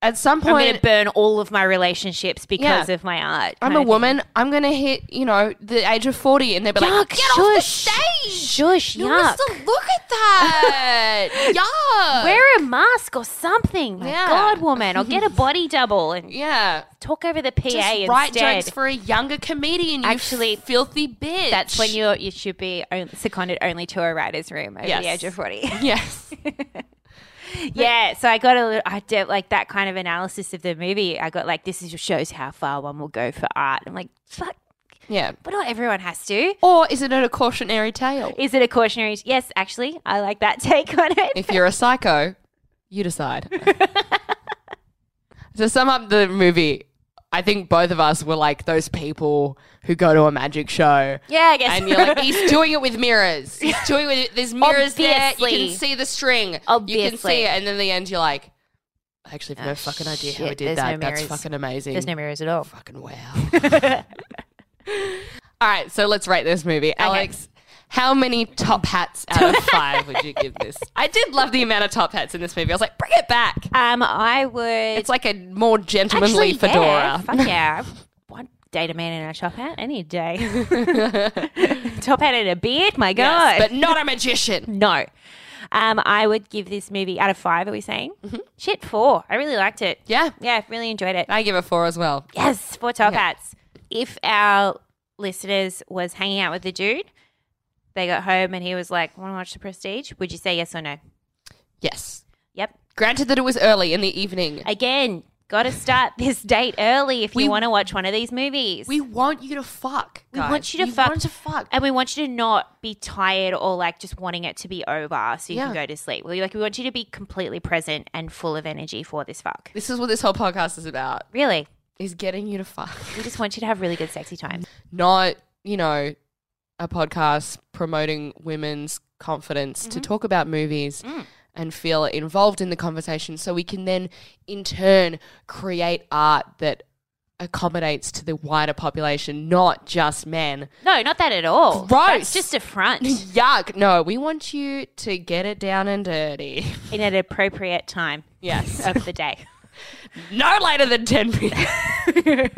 Speaker 1: at some
Speaker 3: I'm going
Speaker 1: point,
Speaker 3: to burn all of my relationships because
Speaker 1: Yeah.
Speaker 3: of my art.
Speaker 1: I'm
Speaker 3: kind
Speaker 1: a
Speaker 3: of
Speaker 1: woman. I'm going to hit, you know, the age of 40 and they'll be
Speaker 3: thing.
Speaker 1: like, get
Speaker 3: Yuck! shush!
Speaker 1: off the stage.
Speaker 3: Shush!
Speaker 1: No
Speaker 3: yuck!
Speaker 1: wants to look at
Speaker 3: *laughs*
Speaker 1: that. Yuck.
Speaker 3: Wear a mask or something. My
Speaker 1: Yeah.
Speaker 3: God, woman! Or get
Speaker 1: *laughs*
Speaker 3: a body double and
Speaker 1: Yeah.
Speaker 3: talk over the PA
Speaker 1: Just
Speaker 3: instead.
Speaker 1: write jokes for a younger comedian, you
Speaker 3: Actually,
Speaker 1: Actually, filthy bitch.
Speaker 3: That's when you you should be on- seconded only to a writer's room over
Speaker 1: Yes.
Speaker 3: the age of forty.
Speaker 1: *laughs*
Speaker 3: *laughs*
Speaker 1: Yes.
Speaker 3: Yeah, so I got a little, I did like that kind of analysis of the movie. I got like, this is shows how far one will go for art. I'm like, fuck,
Speaker 1: Yeah.
Speaker 3: but not everyone has to.
Speaker 1: Or is it a cautionary tale?
Speaker 3: Is it a cautionary? Yes, actually, I like that *laughs* take on it.
Speaker 1: if you're a psycho, you
Speaker 3: *laughs*
Speaker 1: decide. to sum up the movie, I think both of us were like those people who go to a magic show.
Speaker 3: yeah, I guess.
Speaker 1: And you're
Speaker 3: *laughs*
Speaker 1: like, he's doing it with mirrors. He's doing it. There's mirrors there. You
Speaker 3: Obviously.
Speaker 1: can see the string. You can
Speaker 3: Obviously. Oh,
Speaker 1: see it. And then the end, you're like, I actually have no fucking idea how I
Speaker 3: shit,
Speaker 1: did
Speaker 3: there's
Speaker 1: that.
Speaker 3: no
Speaker 1: That's
Speaker 3: mirrors.
Speaker 1: fucking amazing.
Speaker 3: There's no mirrors at all.
Speaker 1: Fucking
Speaker 3: *laughs*
Speaker 1: wow. *laughs* All right, so let's rate this movie. Alex, how many top hats
Speaker 3: *laughs*
Speaker 1: out of five would you give this? I did love the amount of top hats in this movie. I was like, bring it back.
Speaker 3: Um, I would.
Speaker 1: It's like a more gentlemanly
Speaker 3: Actually, yeah,
Speaker 1: fedora.
Speaker 3: fuck yeah. One date a man in a top hat
Speaker 1: *laughs*
Speaker 3: any day. top hat and a beard, my God.
Speaker 1: Yes, but not a magician.
Speaker 3: no. Um, I would give this movie out of five, are we saying?
Speaker 1: Mm-hmm.
Speaker 3: Shit, four. I really liked it.
Speaker 1: Yeah,
Speaker 3: Yeah, I really enjoyed it.
Speaker 1: I give it four as well.
Speaker 3: Yes, four top hats. If our listeners was hanging out with the dude, they got home and he was like, "Want to watch The Prestige?" Would you say yes or no?
Speaker 1: Yes.
Speaker 3: Yep.
Speaker 1: Granted that it was early in the evening.
Speaker 3: Again, got to start *laughs* this date early if
Speaker 1: We-
Speaker 3: you want to watch one of these movies.
Speaker 1: we want you to fuck.
Speaker 3: We
Speaker 1: guys.
Speaker 3: want you to
Speaker 1: We
Speaker 3: fuck,
Speaker 1: want to fuck.
Speaker 3: and we want you to not be tired or like just wanting it to be over so you can
Speaker 1: Yeah.
Speaker 3: go to sleep. We like we want you to be completely present and full of energy for this fuck.
Speaker 1: This is what this whole podcast is about.
Speaker 3: Really,
Speaker 1: Is getting you to fuck.
Speaker 3: we just want you to have really good sexy time.
Speaker 1: not, you know, a podcast promoting women's confidence
Speaker 3: Mm-hmm.
Speaker 1: to talk about movies
Speaker 3: Mm.
Speaker 1: and feel involved in the conversation so we can then in turn create art that accommodates to the wider population, not just
Speaker 3: *laughs*
Speaker 1: men.
Speaker 3: No, not that at all. That's
Speaker 1: Gross.
Speaker 3: just a *laughs* front.
Speaker 1: Yuck. No, we want you to get it down and dirty. *laughs*
Speaker 3: in an appropriate time
Speaker 1: Yes.
Speaker 3: of the day. *laughs*
Speaker 1: no later than 10 minutes.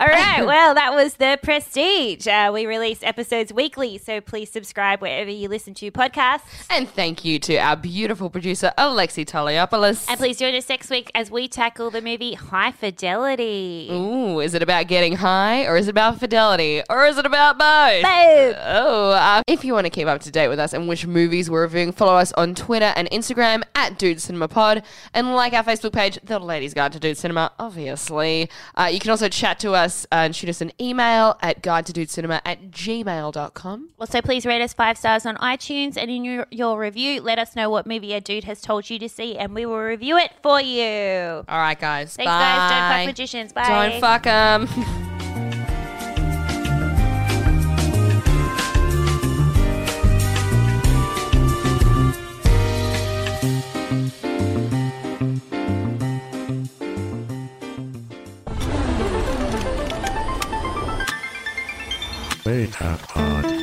Speaker 3: All right. Well, that was the prestige. Uh, we release episodes weekly, so please subscribe wherever you listen to podcasts.
Speaker 1: and thank you to our beautiful producer, Alexi Toliopoulos.
Speaker 3: And please join us next week as we tackle the movie High Fidelity.
Speaker 1: Ooh, is it about getting high or is it about fidelity or is it about both?
Speaker 3: Boom.
Speaker 1: Oh, uh, if you want to keep up to date with us and which movies we're reviewing, follow us on Twitter and Instagram at Dude Cinema Pod and like our Facebook page, The Ladies Guide to Dude Cinema, obviously. Uh, you can also also chat to us uh, and shoot us an email at guide to dude cinema at gmail.com.
Speaker 3: Also, please rate us five stars on iTunes and in your, your review, let us know what movie a dude has told you to see and we will review it for you.
Speaker 1: All right, guys.
Speaker 3: Thanks,
Speaker 1: bye.
Speaker 3: guys. Don't fuck magicians. Bye.
Speaker 1: Don't fuck 'em. *laughs*
Speaker 7: Beta Pod.